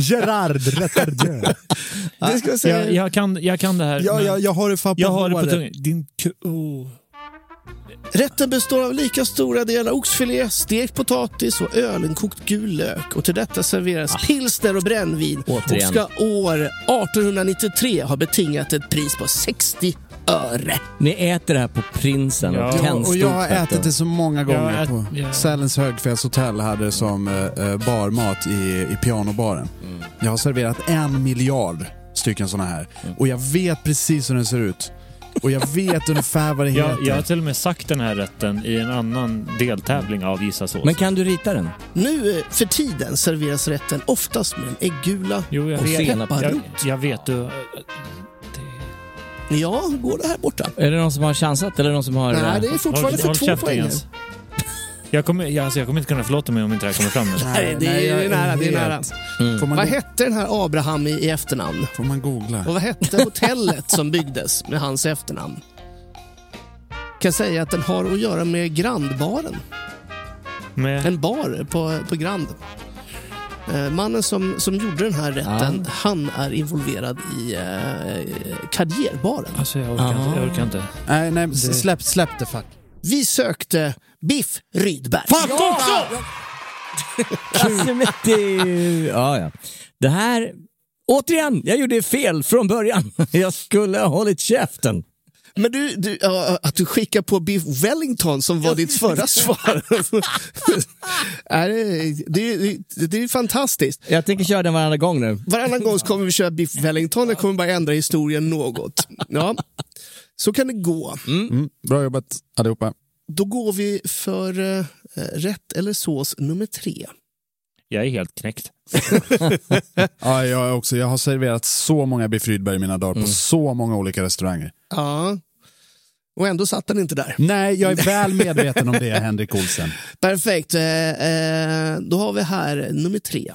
Speaker 2: Gerard Retardeur.
Speaker 7: Det ska jag säga.
Speaker 3: Jag, jag, kan, jag kan det här.
Speaker 2: Ja,
Speaker 3: men
Speaker 2: ja, jag har det fan på
Speaker 3: jag har det på
Speaker 2: håret.
Speaker 3: tungan. Din ku- oh.
Speaker 7: Rätten består av lika stora delar oxfilé, stekt potatis och ölenkokt gul lök. Och till detta serveras pilsner och brännvin
Speaker 4: Återigen.
Speaker 7: och ska år 1893 ha betingat ett pris på 60 öre.
Speaker 4: Ni äter det här på Prinsen
Speaker 3: Ja,
Speaker 4: och
Speaker 3: och
Speaker 2: Och jag har
Speaker 4: tändstopet
Speaker 2: ätit det så många gånger
Speaker 3: Jag ät-
Speaker 2: på
Speaker 3: ja.
Speaker 2: Sälens högfjällshotell hade det som eh, eh, barmat i, i pianobaren.
Speaker 4: Mm.
Speaker 2: Jag har serverat en miljard stycken sådana här
Speaker 4: Mm.
Speaker 2: och jag vet precis hur den ser ut. Och jag vet ungefär vad det heter.
Speaker 3: jag, jag har till och med sagt den här rätten i en annan deltävling av Gissa sås.
Speaker 4: Men kan du rita den?
Speaker 7: Nu eh, för tiden serveras rätten oftast med en äggula
Speaker 3: Jo, jag
Speaker 7: och
Speaker 3: vet.
Speaker 7: pepparrot.
Speaker 3: Jag, jag vet du.
Speaker 7: Ja, hur går det här borta?
Speaker 4: Är det någon som har chansat eller någon som har...
Speaker 7: Nej, det är fortfarande
Speaker 3: håll-
Speaker 7: för
Speaker 3: håll
Speaker 7: två
Speaker 3: käften,
Speaker 7: poäng.
Speaker 3: Jens. Jag kommer, jag, alltså, jag kommer inte kunna förlåta mig om inte det här kommer fram nu.
Speaker 7: Nej, det är,
Speaker 2: jag
Speaker 7: det är nära. Det är nära.
Speaker 2: helt- Får, man
Speaker 7: Vad
Speaker 2: go-
Speaker 7: hette den här Abraham i, i efternamn?
Speaker 2: får man googla?
Speaker 7: Och vad hette hotellet som byggdes med hans efternamn? Kan säga att den har att göra med Grandbaren.
Speaker 3: Med,
Speaker 7: En bar på, på Grand.
Speaker 3: Eh, Mannen som, som gjorde den här rätten, han är involverad i eh, Karriärbaren.
Speaker 2: Alltså jag orkar inte. Jag orkar inte.
Speaker 4: Nej, nej,
Speaker 3: Det-
Speaker 4: släpp, släpp det fuck.
Speaker 3: Vi sökte Biff Rydberg.
Speaker 4: Fuck också!
Speaker 10: Alltså, men det- ja, ja. Det här... Återigen, jag gjorde fel från början. Jag skulle ha hållit käften.
Speaker 3: Men du, du ja, att du skickar på Biff Wellington som var ditt förra svar. Nej, det, det, det, det är fantastiskt.
Speaker 10: Jag tänker köra den varannan gång nu.
Speaker 3: Varannan gång så kommer vi köra Biff Wellington, det kommer bara ändra historien något. Ja, så kan det gå.
Speaker 4: Bra jobbat allihopa.
Speaker 3: Då går vi för eh, rätt eller sås nummer tre.
Speaker 2: Jag är helt knäckt.
Speaker 4: Ja, jag är också. Jag har serverat så många biff Rydberg i mina dagar på så många olika restauranger.
Speaker 3: Ja, och ändå satt den inte där.
Speaker 4: Nej, jag är väl medveten om det, Henrik Olsen.
Speaker 3: Perfekt. Eh, eh, Då har vi här nummer tre.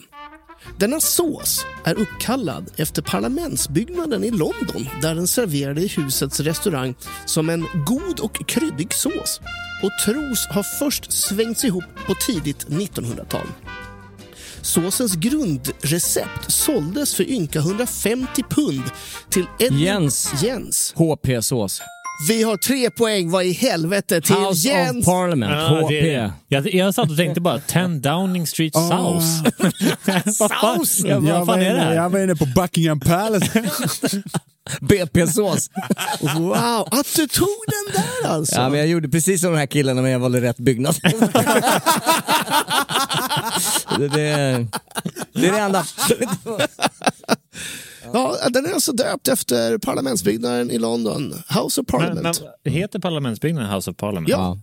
Speaker 3: Denna sås är uppkallad efter parlamentsbyggnaden i London där den serverade i husets restaurang som en god och kryddig sås och tros ha först svängts ihop på tidigt 1900-tal. Såsens grundrecept såldes för ynka 150 pund till Edwin
Speaker 10: Jens.
Speaker 3: Jens.
Speaker 10: HP-sås.
Speaker 3: Vi har tre poäng, vad i helvete, till
Speaker 10: House
Speaker 3: Jens!
Speaker 10: of Parliament,
Speaker 2: Ah,
Speaker 10: HP.
Speaker 2: det, jag, jag satt och tänkte bara 10 Downing Street
Speaker 3: Ah.
Speaker 2: South. vad fan,
Speaker 10: Sausen!
Speaker 2: jag,
Speaker 4: Jag
Speaker 2: vad
Speaker 4: var,
Speaker 2: fan är det
Speaker 4: inne,
Speaker 2: här?
Speaker 4: jag var inne på Buckingham Palace.
Speaker 10: BP-sås.
Speaker 3: Wow, att du tog den där alltså!
Speaker 10: Ja, men jag gjorde precis som de här killarna, men jag valde rätt byggnad. det, det, det är det enda.
Speaker 3: Ja, den är alltså döpt efter parlamentsbyggnaden i London, House of
Speaker 2: Men,
Speaker 3: Parliament.
Speaker 2: men, heter parlamentsbyggnaden House of Parliament?
Speaker 3: Ja.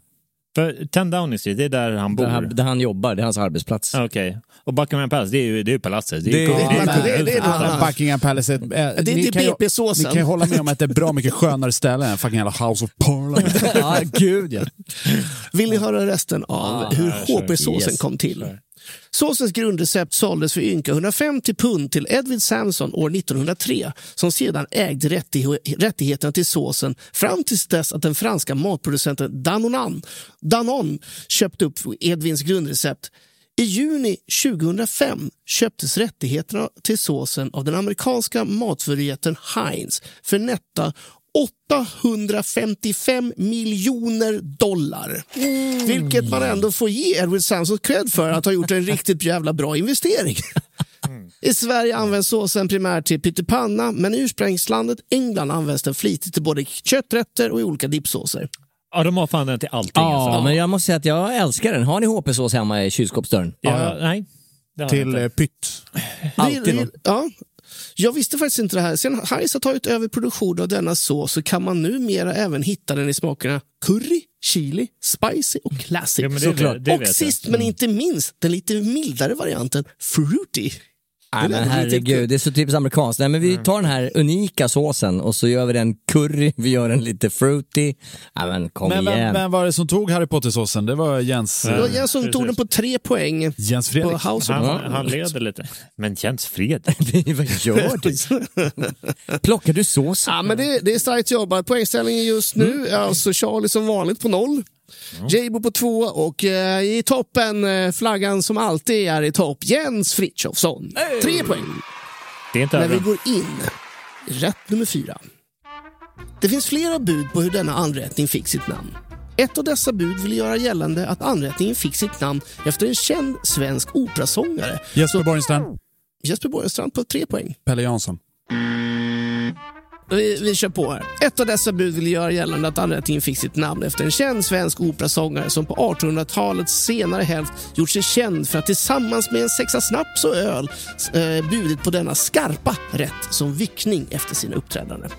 Speaker 2: För 10 Downing Street, det är där han bor.
Speaker 10: Där han, där han jobbar, det är hans arbetsplats.
Speaker 2: Ah, Okej. Och Buckingham Palace, det är ju det är ju palatset. Det är,
Speaker 10: Det är-
Speaker 2: ju-
Speaker 10: det är-
Speaker 2: kungahuset.
Speaker 3: det är- det är-
Speaker 4: Ah, Buckingham Palace. Är, ett- eh,
Speaker 3: det är
Speaker 4: ni
Speaker 3: inte
Speaker 4: kan ju-
Speaker 3: BP-såsen.
Speaker 4: Ni kan ju hålla med om att det är bra mycket skönare ställe än fucking jävla House of Parliament.
Speaker 10: Ja, gud ja.
Speaker 3: Vill ni höra resten av hur
Speaker 2: Mm,
Speaker 3: HP-såsen kom till? Såsens grundrecept såldes för ynka 150 pund till Edwin Samson år 1903 som sedan ägde rättigh- rättigheterna till såsen fram tills dess att den franska matproducenten Danone, Danone köpte upp Edvins grundrecept. I juni 2005 köptes rättigheterna till såsen av den amerikanska matförrätten Heinz för netta 855 miljoner dollar.
Speaker 2: Mm.
Speaker 3: Vilket man ändå får ge Edward Samson cred för att ha gjort en riktigt jävla bra investering. I Sverige används såsen primärt till pyttipanna men i ursprungslandet England används den flitigt till både kötträtter och i olika dippsåser.
Speaker 2: Ja, de har fan den till allting.
Speaker 10: Ja,
Speaker 2: alltså.
Speaker 10: men jag måste säga att jag älskar den. Har ni HP-sås hemma i kylskåpsdörren?
Speaker 2: ja, nej. det har jag
Speaker 4: Till
Speaker 2: inte.
Speaker 4: eh, Pytt.
Speaker 10: Alltid
Speaker 3: Det-
Speaker 10: något.
Speaker 3: det- ja. Jag visste faktiskt inte det här. Sen Harris har tagit över produktionen av denna sås så kan man numera även hitta den i smakerna curry, chili, spicy och classic.
Speaker 2: Ja, men det-
Speaker 10: såklart.
Speaker 2: det- det
Speaker 3: och
Speaker 2: vet
Speaker 3: sist
Speaker 2: jag.
Speaker 3: men inte minst den lite mildare varianten fruity.
Speaker 10: Nej,
Speaker 3: Det är
Speaker 10: men
Speaker 3: lite-
Speaker 10: herregud, det är så typiskt amerikanskt. Nej, men vi tar den här unika såsen och så gör vi den curry, vi gör den lite fruity. Nej, men kom
Speaker 4: Men vem,
Speaker 10: igen.
Speaker 4: vem var det som tog Harry Potter-såsen? Det var Jens, eh,
Speaker 3: Det var Jens som tog den på tre poäng
Speaker 4: Jens
Speaker 3: på
Speaker 4: Fredrik.
Speaker 3: House of
Speaker 2: Han, han leder lite. Men Jens Fredrik.
Speaker 10: Vad gör du? Plockar du såsen?
Speaker 3: Ja, men det, det är starkt jobbat. Poängställningen just nu
Speaker 2: Mm.
Speaker 3: är alltså Charlie som vanligt på noll. Jabo på två och eh, i toppen eh, flaggan som alltid är i topp, Jens Frithiofsson. Tre poäng.
Speaker 2: Det är inte
Speaker 3: När vi
Speaker 2: över.
Speaker 3: går in i rätt nummer fyra. Det finns flera bud på hur denna anrättning fick sitt namn. Ett av dessa bud vill göra gällande att anrättningen fick sitt namn efter en känd svensk operasångare.
Speaker 4: Jesper Borgenstrand.
Speaker 3: Jesper Borgenstrand på tre poäng.
Speaker 4: Pelle Jansson.
Speaker 3: Vi, vi kör på här. Ett av dessa bud vill göra gällande att anrättningen fick sitt namn efter en känd svensk operasångare som på 1800-talets senare hälft gjort sig känd för att tillsammans med en sexa snaps och öl eh, bjudit på denna skarpa rätt som vickning efter sina uppträdanden.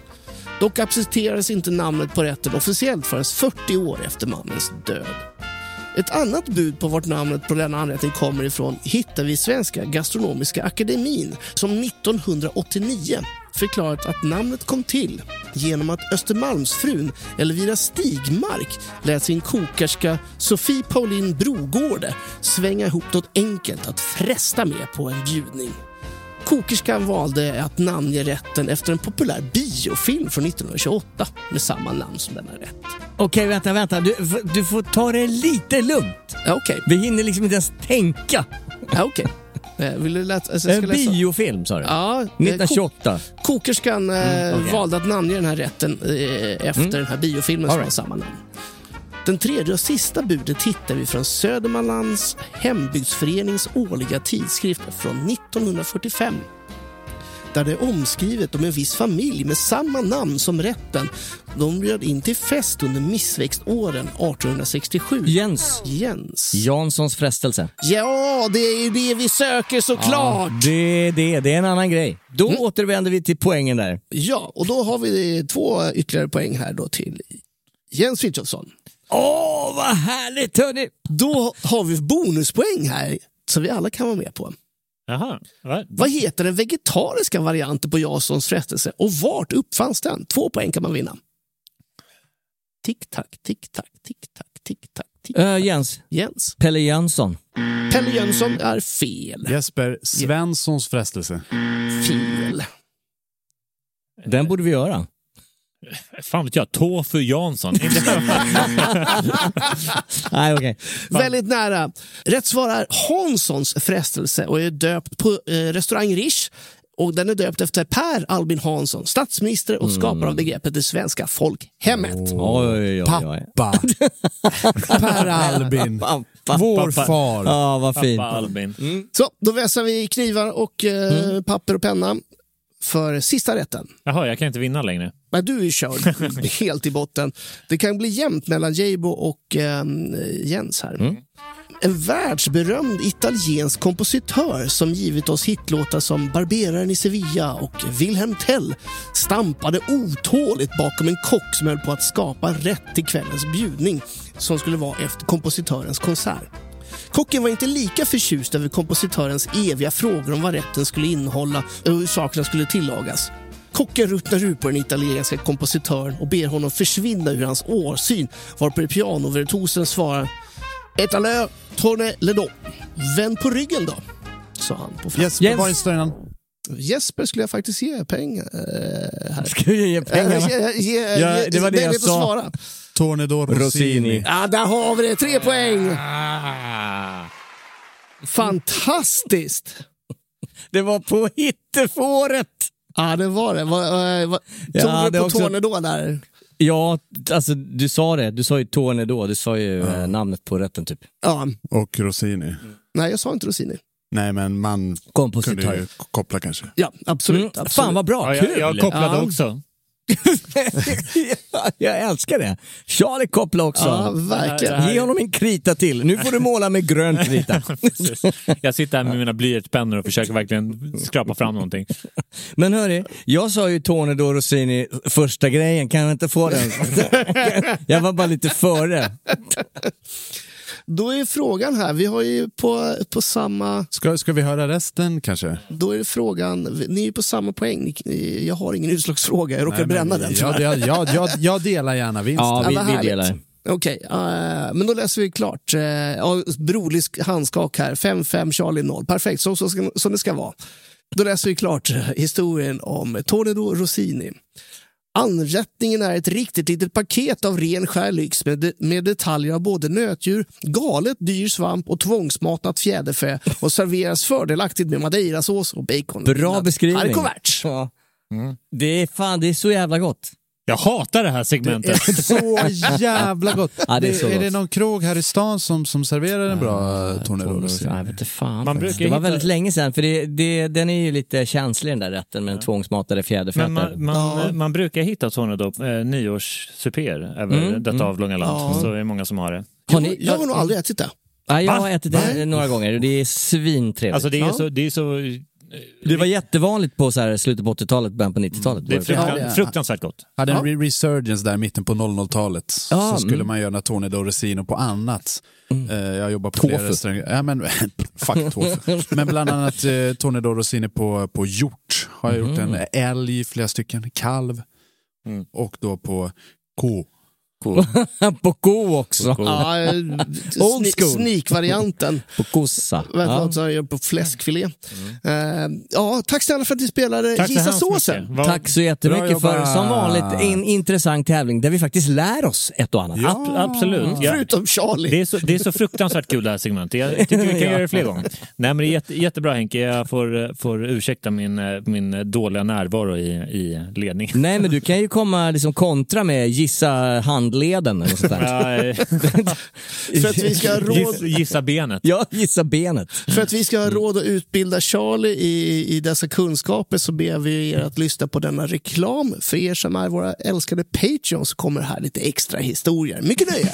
Speaker 3: Dock accepterades inte namnet på rätten officiellt förrän 40 år efter mannens död. Ett annat bud på vart namnet på denna anrättning kommer ifrån hittar vi i Svenska Gastronomiska Akademin som 1989 förklarat att namnet kom till genom att Östermalmsfrun Elvira Stigmark lät sin kokerska Sofie Pauline Brogårde svänga ihop något enkelt att fresta med på en bjudning. Kokerskan valde att namnge rätten efter en populär biofilm från 1928 med samma namn som denna rätt.
Speaker 10: Okej, vänta, vänta. Du, f- du får ta det lite lugnt.
Speaker 3: Ja, Okej,
Speaker 10: Vi hinner liksom inte ens tänka.
Speaker 3: Ja, okej. Eh, Vill du läsa? Alltså, jag
Speaker 2: En
Speaker 3: ska läsa-
Speaker 2: biofilm sa du?
Speaker 3: Ja, eh,
Speaker 2: 1928.
Speaker 3: Kokerskan eh,
Speaker 2: Mm, okej.
Speaker 3: valde att namnge den här rätten eh, efter
Speaker 10: Mm.
Speaker 3: den här biofilmen som har samma namn. Den tredje och sista budet hittar vi från Södermanlands hembygdsförenings årliga tidskrift från 1945 där det är omskrivet om en viss familj med samma namn som rätten. De bjöd in till fest under missväxtåren 1867.
Speaker 2: Jens.
Speaker 3: Jens.
Speaker 2: Janssons frestelse.
Speaker 3: Ja, det är ju det vi söker såklart!
Speaker 2: Ja, det, är det, det är en annan grej. Då
Speaker 3: Mm.
Speaker 2: återvänder vi till poängen där.
Speaker 3: Ja, och då har vi två ytterligare poäng här då till Jens Frithiofsson.
Speaker 2: Åh, vad härligt hörni!
Speaker 3: Då har vi bonuspoäng här som vi alla kan vara med på.
Speaker 8: Jaha. Va?
Speaker 3: Vad heter den vegetariska varianten på Jasons frestelse och vart uppfanns den? Två poäng kan man vinna. Tick-tack, tick-tack, tick-tack, tick-tack, tick
Speaker 2: Eh, Jens.
Speaker 3: Jens.
Speaker 2: Pelle Jönsson.
Speaker 3: Pelle Jönsson är fel.
Speaker 7: Jesper Svenssons frestelse.
Speaker 3: Fel.
Speaker 2: Den borde vi göra.
Speaker 8: Fan vet jag, Tofu Jansson.
Speaker 2: Nej, okej.
Speaker 3: Väldigt nära. Rätt svar är Hanssons frestelse och är döpt på eh, restaurang Rish. Och den är döpt efter Per Albin Hansson, statsminister och skapare av begreppet det svenska folkhemmet.
Speaker 2: Mm. Oj, oj, oj.
Speaker 7: Pappa.
Speaker 3: Per
Speaker 7: Albin. Vår
Speaker 2: pappa.
Speaker 7: far.
Speaker 2: Ja, vad fint.
Speaker 8: Pappa Albin.
Speaker 3: Så, då vässar vi knivar och eh,
Speaker 2: Mm.
Speaker 3: papper och penna för sista rätten.
Speaker 8: Jaha, jag kan inte vinna längre.
Speaker 3: Men du är ju körd helt i botten. Det kan bli jämnt mellan Jeibo och eh, Jens här. En världsberömd italiensk kompositör som givit oss hitlåtar som Barberaren i Sevilla och Wilhelm Tell stampade otåligt bakom en kock som höll på att skapa rätt till kvällens bjudning som skulle vara efter kompositörens konsert. Kocken var inte lika förtjust över kompositörens eviga frågor om vad rätten skulle innehålla och hur sakerna skulle tillagas. Kocken ruttnar ur på den italienska kompositören och ber honom försvinna ur hans åsyn varpå pianovirtuosen svarar “Et alors, tourne le dos”. Vänd på ryggen då, sa han på Eh, franska.
Speaker 7: Jesper,
Speaker 2: Jens.
Speaker 7: var är stenen?
Speaker 3: Jesper skulle jag faktiskt ge pengar eh, här.
Speaker 2: Ska vi ge pengarna?
Speaker 3: Eh, ge- ge-
Speaker 2: Ja, det var det jag
Speaker 3: möjlighet att
Speaker 2: sa.
Speaker 3: Svara.
Speaker 7: Tornedor
Speaker 2: Rossini.
Speaker 7: Rossini.
Speaker 3: Ja, där har vi det! Tre poäng! Fantastiskt!
Speaker 2: Det var på hittefåret!
Speaker 3: Ja, det var det. eh, Va, va, va,
Speaker 2: Ja,
Speaker 3: tog du
Speaker 2: det
Speaker 3: på
Speaker 2: också-
Speaker 3: Tornedå där?
Speaker 2: Ja, alltså du sa det. Du sa ju Tony då. Du sa ju eh, namnet på rätten typ.
Speaker 3: Ja.
Speaker 7: Och Rossini.
Speaker 3: Nej, jag sa inte Rossini.
Speaker 7: Nej, men man
Speaker 2: Kompositör.
Speaker 7: kunde ju k- koppla kanske.
Speaker 3: Ja, absolut.
Speaker 2: Mm.
Speaker 3: absolut.
Speaker 2: Fan vad bra,
Speaker 8: Ja,
Speaker 2: kul!
Speaker 8: jag, jag kopplade
Speaker 3: Ja.
Speaker 8: också.
Speaker 2: Ja, jag älskar det. Charlie koppla också.
Speaker 3: Ja, verkligen.
Speaker 2: Ge honom en krita till. Nu får du måla med grön krita.
Speaker 8: Jag sitter här med mina blyertspennor och försöker verkligen skrapa fram någonting.
Speaker 2: Men hörni, jag sa ju Tony då Rossini första grejen. Kan jag inte få den? jag var bara lite före.
Speaker 3: Då är frågan här, vi har ju på, på samma...
Speaker 7: Ska, ska vi höra resten kanske?
Speaker 3: Då är frågan, ni är ju på samma poäng. Ni- Ni, jag har ingen utslagsfråga, jag råkar
Speaker 7: Nej, men
Speaker 3: bränna den.
Speaker 7: jag, jag, jag, jag, jag delar gärna vinsten.
Speaker 2: Ja,
Speaker 3: vad
Speaker 2: vi, vi
Speaker 3: härligt.
Speaker 2: delar.
Speaker 3: Okej, eh, men då läser vi klart. Uh, ja, broderlig handskak här, 5-5 Charlie 0. Perfekt, så, så ska, som det ska vara. Då läser vi klart eh, historien om Tornado Rossini. Anrättningen är ett riktigt litet paket av ren skär lyx med, de- med detaljer av både nötdjur, galet dyr svamp och tvångsmatat fjäderfä och serveras fördelaktigt med madeirasås och bacon.
Speaker 2: Bra
Speaker 3: Här är
Speaker 2: beskrivning.
Speaker 3: kuvert.
Speaker 2: Ja. Det är fan, det är så jävla gott.
Speaker 8: Mm. Jag hatar det här segmentet.
Speaker 7: Så jävla gott!
Speaker 2: Ja, det är så
Speaker 7: är
Speaker 2: gott.
Speaker 7: det någon krog här i stan som, som serverar en bra Tornedor Rossini?
Speaker 2: Jag vet inte fan.
Speaker 8: Man
Speaker 2: faktiskt.
Speaker 8: brukar
Speaker 2: det var
Speaker 8: hitta-
Speaker 2: väldigt länge sedan, för det, det, den är ju lite känslig den där rätten med en tvångsmatade fjäderfätter.
Speaker 8: Men man, man, eh, man brukar hitta Tornado eh, nyårssupéer över detta avlånga land. Så är det många som har det.
Speaker 2: Mm, Har ni-
Speaker 3: Jag har nog aldrig ätit det.
Speaker 2: Ja, jag
Speaker 8: Va?
Speaker 2: har ätit det
Speaker 3: Va?
Speaker 2: några gånger och det är svintrevligt.
Speaker 8: Alltså det är
Speaker 3: Ja.
Speaker 8: så, det är så
Speaker 2: det var jättevanligt på så här slutet på 80-talet, början på 90-talet.
Speaker 8: Mm. det är
Speaker 2: ja.
Speaker 8: fruktan,
Speaker 3: Ja, det är-
Speaker 8: fruktansvärt gott.
Speaker 7: hade en re- resurgence där i mitten på 00-talet.
Speaker 2: Ja,
Speaker 7: så skulle
Speaker 2: mm.
Speaker 7: man göra Tornedor Rossini på annat.
Speaker 3: Mm.
Speaker 7: Eh, jag jobbar på flera
Speaker 2: Tofu.
Speaker 7: restauranger. Ja, men, fuck tofu. Men bland annat uh, Tornedor Rossini på, på hjort. Har jag
Speaker 3: Mm.
Speaker 7: gjort en älg, flera stycken, kalv. Och då på ko.
Speaker 3: Poco. Poco också.
Speaker 10: Ja, eh,
Speaker 3: Old
Speaker 10: sne-
Speaker 3: school.
Speaker 10: Sneak-varianten.
Speaker 3: Pocosa.
Speaker 10: Vet
Speaker 3: Ja.
Speaker 10: vad jag gör på fläskfilé. Eh, ja, tack snälla för att ni spelade
Speaker 3: Tack så
Speaker 10: Gissa
Speaker 3: hemskt
Speaker 10: såsen.
Speaker 3: mycket. Tack så jättemycket för som vanligt en intressant tävling där vi faktiskt lär oss ett och annat.
Speaker 11: Ab- Ah, absolut. Ja. Det är, så, det är så fruktansvärt kul det här segmentet. Jag tycker vi kan göra det fler gånger. Nej, men det är jätte, jättebra Henke. Jag får, får ursäkta min, eh, min dåliga närvaro i, i ledningen.
Speaker 3: Nej, men du kan ju komma liksom kontra med gissa handleden eller sånt där.
Speaker 11: Nej.
Speaker 10: För att vi ska ha råd- Giss-
Speaker 11: gissa benet.
Speaker 3: Ja, gissa benet.
Speaker 10: För att vi ska ha råd att utbilda Charlie i, i dessa kunskaper så ber vi er att lyssna på denna reklam. För er som är våra älskade Patreons kommer här lite extra historier. Mycket nöje!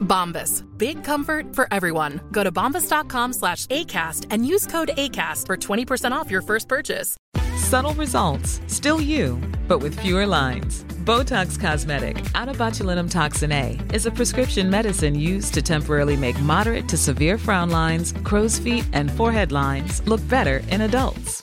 Speaker 12: Bombas. Big comfort for everyone. Go to bombas.com slash ACAST and use code ACAST for 20% off your first purchase.
Speaker 13: Subtle results, still you, but with fewer lines. Botox Cosmetic, out of botulinum toxin A, is a prescription medicine used to temporarily make moderate to severe frown lines, crow's feet, and forehead lines look better in adults.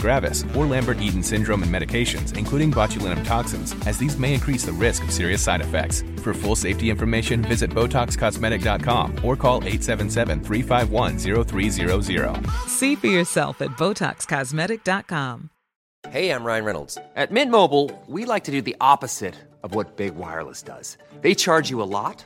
Speaker 2: gravis, or Lambert-Eaton syndrome and medications, including botulinum toxins, as these may increase the risk of serious side effects. For full safety information, visit BotoxCosmetic.com or call 877-351-0300.
Speaker 13: See for yourself at BotoxCosmetic.com.
Speaker 7: Hey, I'm Ryan Reynolds. At Mint Mobile, we like to do the opposite of what Big Wireless does. They charge you a lot,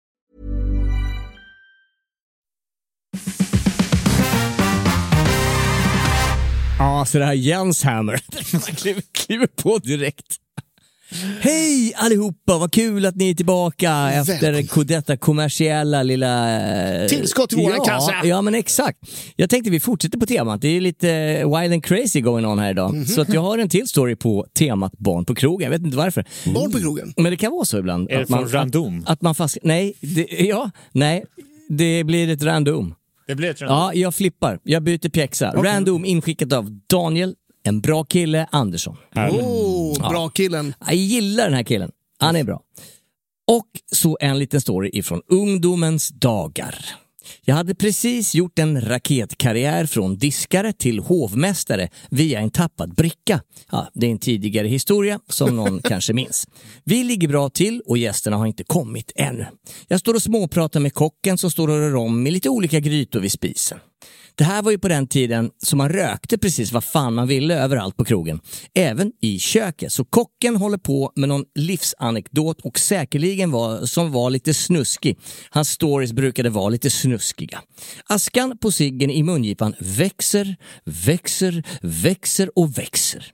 Speaker 3: Ja, så det här Jens Hammer, man kliver, kliver på direkt. Hej allihopa, vad kul att ni är tillbaka efter ko- detta kommersiella lilla... eh,
Speaker 10: Tillskott till våran
Speaker 3: ja,
Speaker 10: kassa.
Speaker 3: Ja, men exakt. Jag tänkte vi fortsätter på temat. Det är lite eh, wild and crazy going on här idag.
Speaker 10: Mhm.
Speaker 3: Så att jag har en till story på temat barn på krogen. Jag vet inte varför.
Speaker 10: Barn på krogen?
Speaker 3: Men det kan vara så ibland.
Speaker 11: Är det från
Speaker 3: random? Att, att man fast... Nej, det, ja, nej, det blir ett random.
Speaker 11: Det blir ett random.
Speaker 3: Ja, jag flippar. Jag byter pjäxa. Random inskickat av Daniel, en bra kille, Andersson. Mm.
Speaker 10: Oh, bra killen.
Speaker 3: Jag gillar den här killen. Han är bra. Och så en liten story ifrån ungdomens dagar. Jag hade precis gjort en raketkarriär från diskare till hovmästare via en tappad bricka. Ja, det är en tidigare historia som någon kanske minns. Vi ligger bra till och gästerna har inte kommit ännu. Jag står och småpratar med kocken som står och rör om i lite olika grytor vid spisen. Det här var ju på den tiden som man rökte precis vad fan man ville överallt på krogen. Även i köket. Så kocken håller på med någon livsanekdot och säkerligen var, som var lite snuskig. Hans stories brukade vara lite snuskiga. Askan på ciggen i mungipan växer, växer, växer och växer.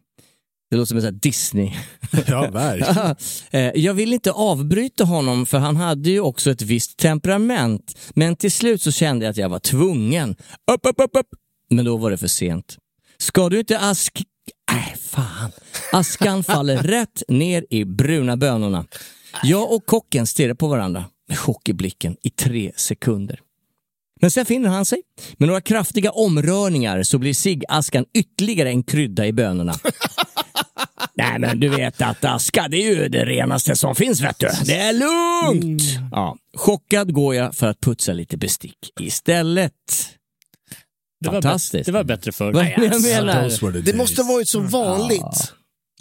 Speaker 3: Det låter som en sån här Disney.
Speaker 4: Ja, verkligen.
Speaker 3: Eh, Jag vill inte avbryta honom för han hade ju också ett visst temperament. Men till slut så kände jag att jag var tvungen. Upp, upp, upp, upp. Men då var det för sent. Ska du inte ask... Nej, fan. Askan faller rätt ner i bruna bönorna. Jag och kocken stirrar på varandra med chock i blicken i tre sekunder. Men sen finner han sig. Med några kraftiga omrörningar så blir cigaskan ytterligare en krydda i bönorna. Nej men du vet att aska det är ju det renaste som finns vet du. Det är lugnt!
Speaker 8: Mm.
Speaker 3: Ja, chockad går jag för att putsa lite bestick istället.
Speaker 8: Det
Speaker 3: Fantastiskt.
Speaker 8: Var bättre, det var bättre förr. alltså,
Speaker 3: Vad är det jag menar? Those were the
Speaker 7: Det måste ha varit så vanligt.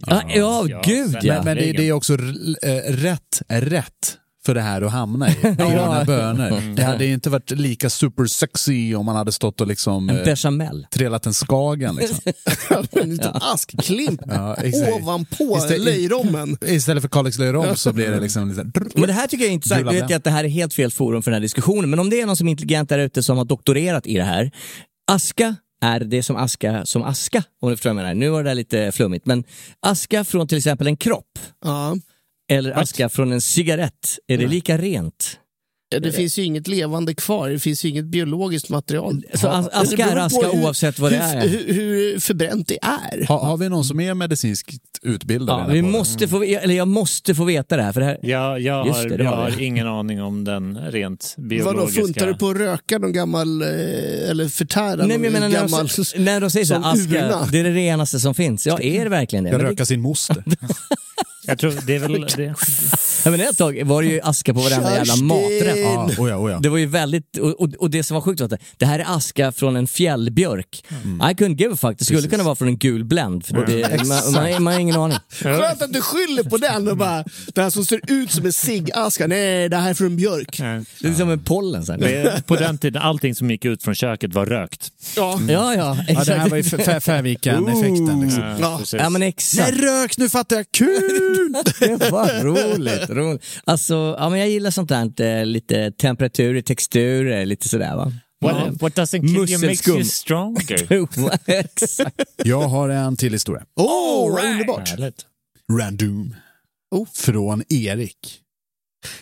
Speaker 3: Ja, ja, gud ja.
Speaker 4: Men, men det, det är också r- eh, rätt, rätt för det här att hamna i. Gröna
Speaker 3: Mm.
Speaker 4: bönor. Det hade ju inte varit lika super sexy om man hade stått och liksom...
Speaker 3: En
Speaker 4: eh,
Speaker 3: bechamel.
Speaker 4: Trillat en skagen liksom.
Speaker 7: en liten askklump
Speaker 4: Ja, exakt.
Speaker 7: ovanpå
Speaker 4: Istä-
Speaker 7: löjrommen.
Speaker 4: Istället för Kalix löjrom så blir det liksom... lite-
Speaker 3: Men det här tycker jag är intressant.
Speaker 4: Gula
Speaker 3: Nu vet jag att det här är helt fel forum för den här diskussionen, men om det är någon som är intelligent där ute som har doktorerat i det här. Aska är det som aska som aska, om du förstår vad jag menar. Nu var det där lite flummigt, men aska från till exempel en kropp
Speaker 7: Ja.
Speaker 3: eller aska från en cigarett, är det lika rent?
Speaker 7: Det finns ju inget levande kvar, det finns ju inget biologiskt material.
Speaker 3: Så as-
Speaker 7: Ja, det
Speaker 3: aska är
Speaker 7: beror på
Speaker 3: aska oavsett vad det
Speaker 7: hur,
Speaker 3: är.
Speaker 7: Hur, hur förbränt det är.
Speaker 4: Har, har vi någon som är medicinskt utbildad?
Speaker 3: Ja,
Speaker 4: i den här
Speaker 3: vi
Speaker 4: podden?
Speaker 3: måste få, eller jag måste få veta det här, för det här
Speaker 8: Ja, jag
Speaker 3: Just
Speaker 8: har,
Speaker 3: det, det
Speaker 8: jag
Speaker 3: var det.
Speaker 8: har ingen aning om den rent biologiska.
Speaker 7: Vadå, funtar du på att röka någon gammal, eh, eller förtära
Speaker 3: Nej, men
Speaker 7: någon
Speaker 3: jag menar, när,
Speaker 7: gammal...
Speaker 3: de, när de säger så här,
Speaker 7: som urna.
Speaker 3: aska, det är det renaste som finns. Ja, är det verkligen det?
Speaker 4: Jag
Speaker 3: Men det-
Speaker 4: röka sin moster.
Speaker 8: Jag tror det är väl... Det,
Speaker 3: Ja, men ett tag var det ju aska på varenda jävla
Speaker 7: Kerstin!
Speaker 3: maträtt.
Speaker 4: Ja, oh ja, oh ja.
Speaker 3: Det var ju väldigt, och, och- och det som var sjukt var att det- det här är aska från en fjällbjörk.
Speaker 8: Mm.
Speaker 3: I couldn't give a fuck, det skulle kunna vara från en gul bländ. För det, man, man, man har ingen aning.
Speaker 7: Skönt att du skyller på den och bara, det här som ser ut som en ciggaska, nej det här är från björk.
Speaker 8: Nej.
Speaker 3: Det är som en pollen. Så här.
Speaker 8: Det, på den tiden, allting som gick ut från köket var rökt.
Speaker 7: Ja.
Speaker 3: Mm. Ja, ja,
Speaker 4: Ja,
Speaker 3: exakt.
Speaker 4: det här var ju F- F- Färviken-effekten. Liksom.
Speaker 7: Ja.
Speaker 8: precis.
Speaker 3: Ja men
Speaker 4: Nej,
Speaker 3: exakt.
Speaker 4: rök! Nu fattar jag! Kul!
Speaker 3: Det var roligt. roligt. Alltså, ja, men jag gillar sånt där, eh, lite temperaturer, texturer, lite sådär va.
Speaker 8: What, what doesn't kill you makes
Speaker 3: Musselskum.
Speaker 8: you stronger.
Speaker 3: exakt.
Speaker 4: Jag har en till historia.
Speaker 7: Åh, vad underbart!
Speaker 8: Härligt.
Speaker 4: Random. Oh, Från Erik.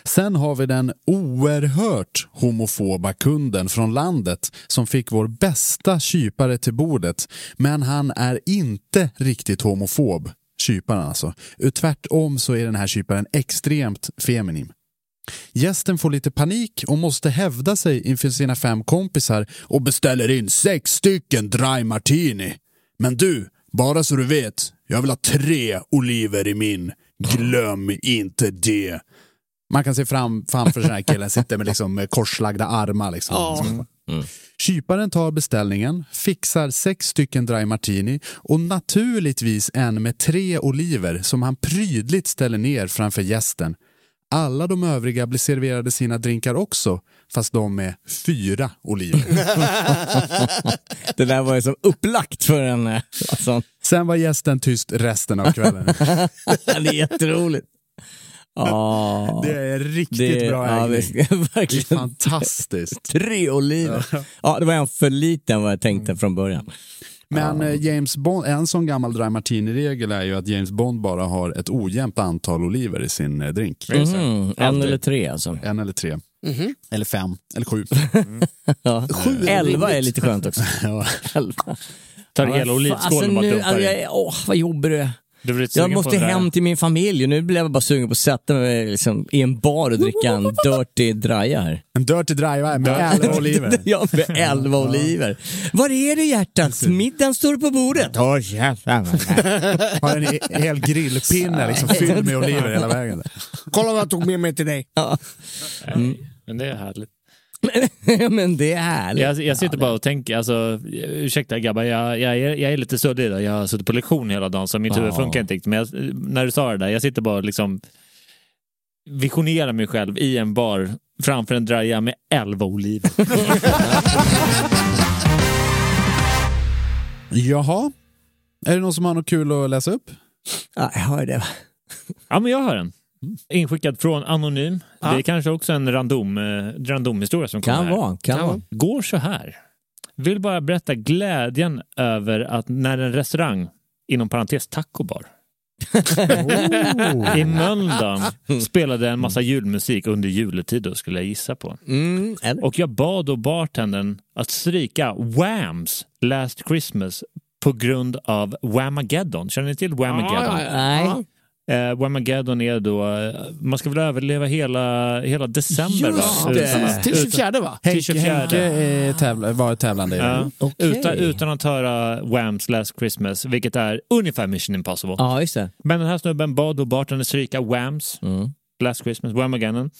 Speaker 4: Sen har vi den oerhört homofoba kunden från landet som fick vår bästa kypare till bordet. Men han är inte riktigt homofob, kyparen alltså. Tvärtom så är den här kyparen extremt feminin. Gästen får lite panik och måste hävda sig inför sina fem kompisar och beställer in sex stycken dry martini. Men du, bara så du vet, jag vill ha tre oliver i min. Glöm inte det. Man kan se fram, framför sig den här killen sitter med liksom korslagda armar. Liksom. Kyparen tar beställningen, fixar sex stycken dry martini och naturligtvis en med tre oliver som han prydligt ställer ner framför gästen. Alla de övriga blir serverade sina drinkar också, fast de med fyra oliver.
Speaker 3: Det där var ju som upplagt för en eh, sån.
Speaker 4: Sen var gästen tyst resten av kvällen.
Speaker 3: Det är jätteroligt. Ja,
Speaker 4: Det är riktigt bra
Speaker 3: ja,
Speaker 4: ägning.
Speaker 3: det är
Speaker 4: Det är
Speaker 3: verkligen
Speaker 4: fantastiskt.
Speaker 3: tre oliver. Ja, det var en för liten vad jag tänkte från början.
Speaker 4: Men eh, James Bond, en sån gammal dry martini-regel är ju att James Bond bara har ett ojämnt antal oliver i sin eh, drink.
Speaker 3: Mm, en eller tre alltså.
Speaker 4: En eller tre.
Speaker 8: Mm-hmm.
Speaker 4: Eller fem. Eller sju. Eh,
Speaker 3: Ja.
Speaker 7: Sju är
Speaker 3: Elva är
Speaker 7: rimligt.
Speaker 3: lite skönt också. Elva.
Speaker 8: Tar hela
Speaker 3: alltså,
Speaker 8: olivskålen och bara
Speaker 3: nu, alltså,
Speaker 8: dumpar
Speaker 3: jag,
Speaker 8: i.
Speaker 3: är- Åh, vad jobbig du är.
Speaker 8: Du blir lite
Speaker 3: Jag
Speaker 8: sugen på
Speaker 3: måste
Speaker 8: det där.
Speaker 3: hem till min familj och nu blev jag bara sugen på att sätta mig liksom, i en bar och dricka en dirty draja här.
Speaker 4: En dirty driver med elva oliver.
Speaker 3: Ja, med elva oliver. Var är det hjärtat? Middagen står på bordet. Alltså. Åh, jävlar.
Speaker 4: Har en he- hel grillpinne liksom fylld med oliver hela vägen.
Speaker 7: Kolla vad jag tog med mig till dig.
Speaker 8: Men det är härligt.
Speaker 3: Men det är härligt.
Speaker 8: Jag, jag sitter bara och tänker, alltså, ursäkta grabbar, jag, jag, är, jag är lite suddig idag. Jag har suttit på lektion hela dagen så mitt huvud
Speaker 3: Ja.
Speaker 8: funkar inte riktigt. Men jag, när du sa det där, jag sitter bara och liksom visionerar mig själv i en bar framför en draja med elva oliver.
Speaker 4: Jaha. Är det någon som har något kul att läsa upp?
Speaker 3: Ja, jag hör det.
Speaker 8: ja, men jag har en. Inskickad från Anonym. Det är kanske också en random, eh, randomhistoria som kommer
Speaker 3: Kan
Speaker 8: här.
Speaker 3: vara, kan vara.
Speaker 8: Går så här. Vill bara berätta glädjen eh, över att när en restaurang, inom parentes tacobar,
Speaker 3: Oh.
Speaker 8: i Mölndal spelade en massa julmusik under juletid då skulle jag gissa på.
Speaker 3: Mm, eller?
Speaker 8: Och jag bad då bartendern att stryka Whams Last Christmas på grund av Whamageddon. Känner ni till Whamageddon?
Speaker 3: Nej.
Speaker 8: Eh, Whamageddon är då, eh, man ska väl överleva hela, hela december
Speaker 3: Just
Speaker 8: va?
Speaker 3: det.
Speaker 8: Utan-
Speaker 7: Till
Speaker 8: utan-
Speaker 7: 24 va?
Speaker 8: Till 24.
Speaker 4: är tävla, var tävlande i
Speaker 8: Ja.
Speaker 4: det.
Speaker 3: Okej.
Speaker 8: Utan, utan att höra Whams Last Christmas, vilket är ungefär Mission Impossible.
Speaker 3: Ja, just det.
Speaker 8: Men den här snubben bad då bartendern stryka Whams
Speaker 3: Mm.
Speaker 8: Last Christmas, Whamageddon.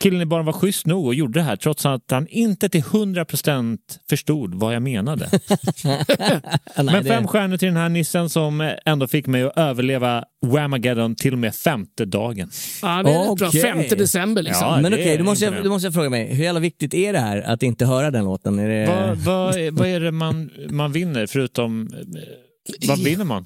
Speaker 8: killen i baren var schysst nog och gjorde det här trots att han inte till 100% förstod vad jag menade. Men fem stjärnor till den här nissen som ändå fick mig att överleva Whamageddon till och med femte dagen.
Speaker 7: Ja, det är rätt bra. 5 december liksom.
Speaker 3: Men okej, då måste, jag- då måste jag fråga mig, hur jävla viktigt är det här att inte höra den låten? Är det...
Speaker 8: Vad, vad, är- vad är det man, man vinner förutom... eh, Vad vinner man?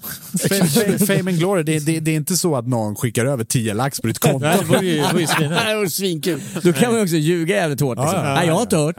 Speaker 4: Fame, fame, fame and glory, det, det, det är inte så att någon skickar över 10 lax på ditt konto.
Speaker 8: Nej, det vore ju- det vore ju
Speaker 7: Det här var svinkul.
Speaker 3: Då kan man ju också ljuga jävligt hårt. Liksom.
Speaker 8: Ja, ja, ja.
Speaker 3: Nej, jag har inte hört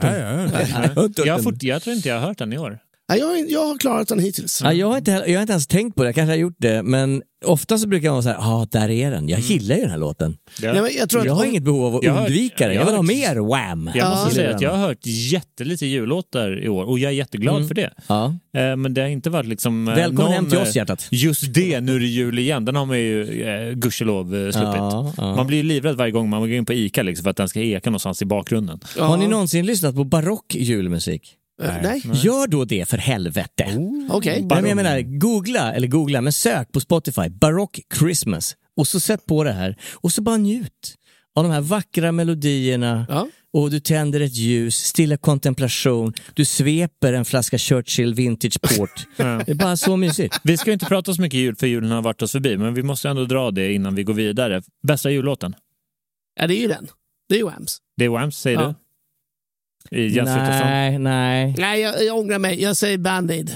Speaker 3: den.
Speaker 8: Jag, har fort, jag tror inte jag har hört den i år.
Speaker 7: Nej, jag, jag har klarat den hittills.
Speaker 3: Ja, jag, har inte, heller- jag har inte ens tänkt på det, jag kanske har gjort det, men ofta så brukar man vara så här, ja ah, där är den, jag gillar ju den här låten.
Speaker 8: Mm. Ja. Nej, men jag tror att
Speaker 3: har
Speaker 8: om-
Speaker 3: inget behov av att
Speaker 8: Jag har-
Speaker 3: undvika den, jag
Speaker 8: jag
Speaker 3: vill ha
Speaker 8: har-
Speaker 3: mer Wham!
Speaker 8: Jag måste
Speaker 3: i
Speaker 8: säga
Speaker 3: lurarna.
Speaker 8: att jag har hört jättelite jullåtar i år och jag är jätteglad
Speaker 3: Mm.
Speaker 8: för det.
Speaker 3: Ja.
Speaker 8: Eh, Men det har inte varit liksom... eh,
Speaker 3: Välkommen
Speaker 8: någon,
Speaker 3: hem till oss,
Speaker 8: eh,
Speaker 3: hjärtat.
Speaker 8: Just det, nu är det jul igen. Den har man ju eh, gudskelov eh, sluppit.
Speaker 3: Ja, ja.
Speaker 8: Man blir ju livrädd varje gång man går in på ICA liksom, för att den ska eka någonstans i bakgrunden.
Speaker 3: Har ni någonsin lyssnat på barock julmusik?
Speaker 8: Eh, nej. Oh.
Speaker 3: Gör då det för helvete.
Speaker 7: Okej.
Speaker 3: Nej, men jag menar, googla, eller googla, men sök på Spotify, Baroque Christmas. Och så sätt på det här och så bara njut av de här vackra melodierna. Och du tänder ett ljus, stilla kontemplation, du sveper en flaska Churchill Vintage Port. Det är bara så mysigt.
Speaker 8: Vi ska ju inte prata så mycket jul för julen har varit oss förbi, men vi måste ändå dra det innan vi går vidare. Bästa jullåten?
Speaker 7: Ja, det är ju den. Det är ju Whams.
Speaker 8: Det är Whams, säger
Speaker 7: Ja.
Speaker 8: du? I Jens Wittelsson.
Speaker 3: Nej, nej.
Speaker 7: Nej, jag, jag ångrar mig. Jag säger Band-Aid.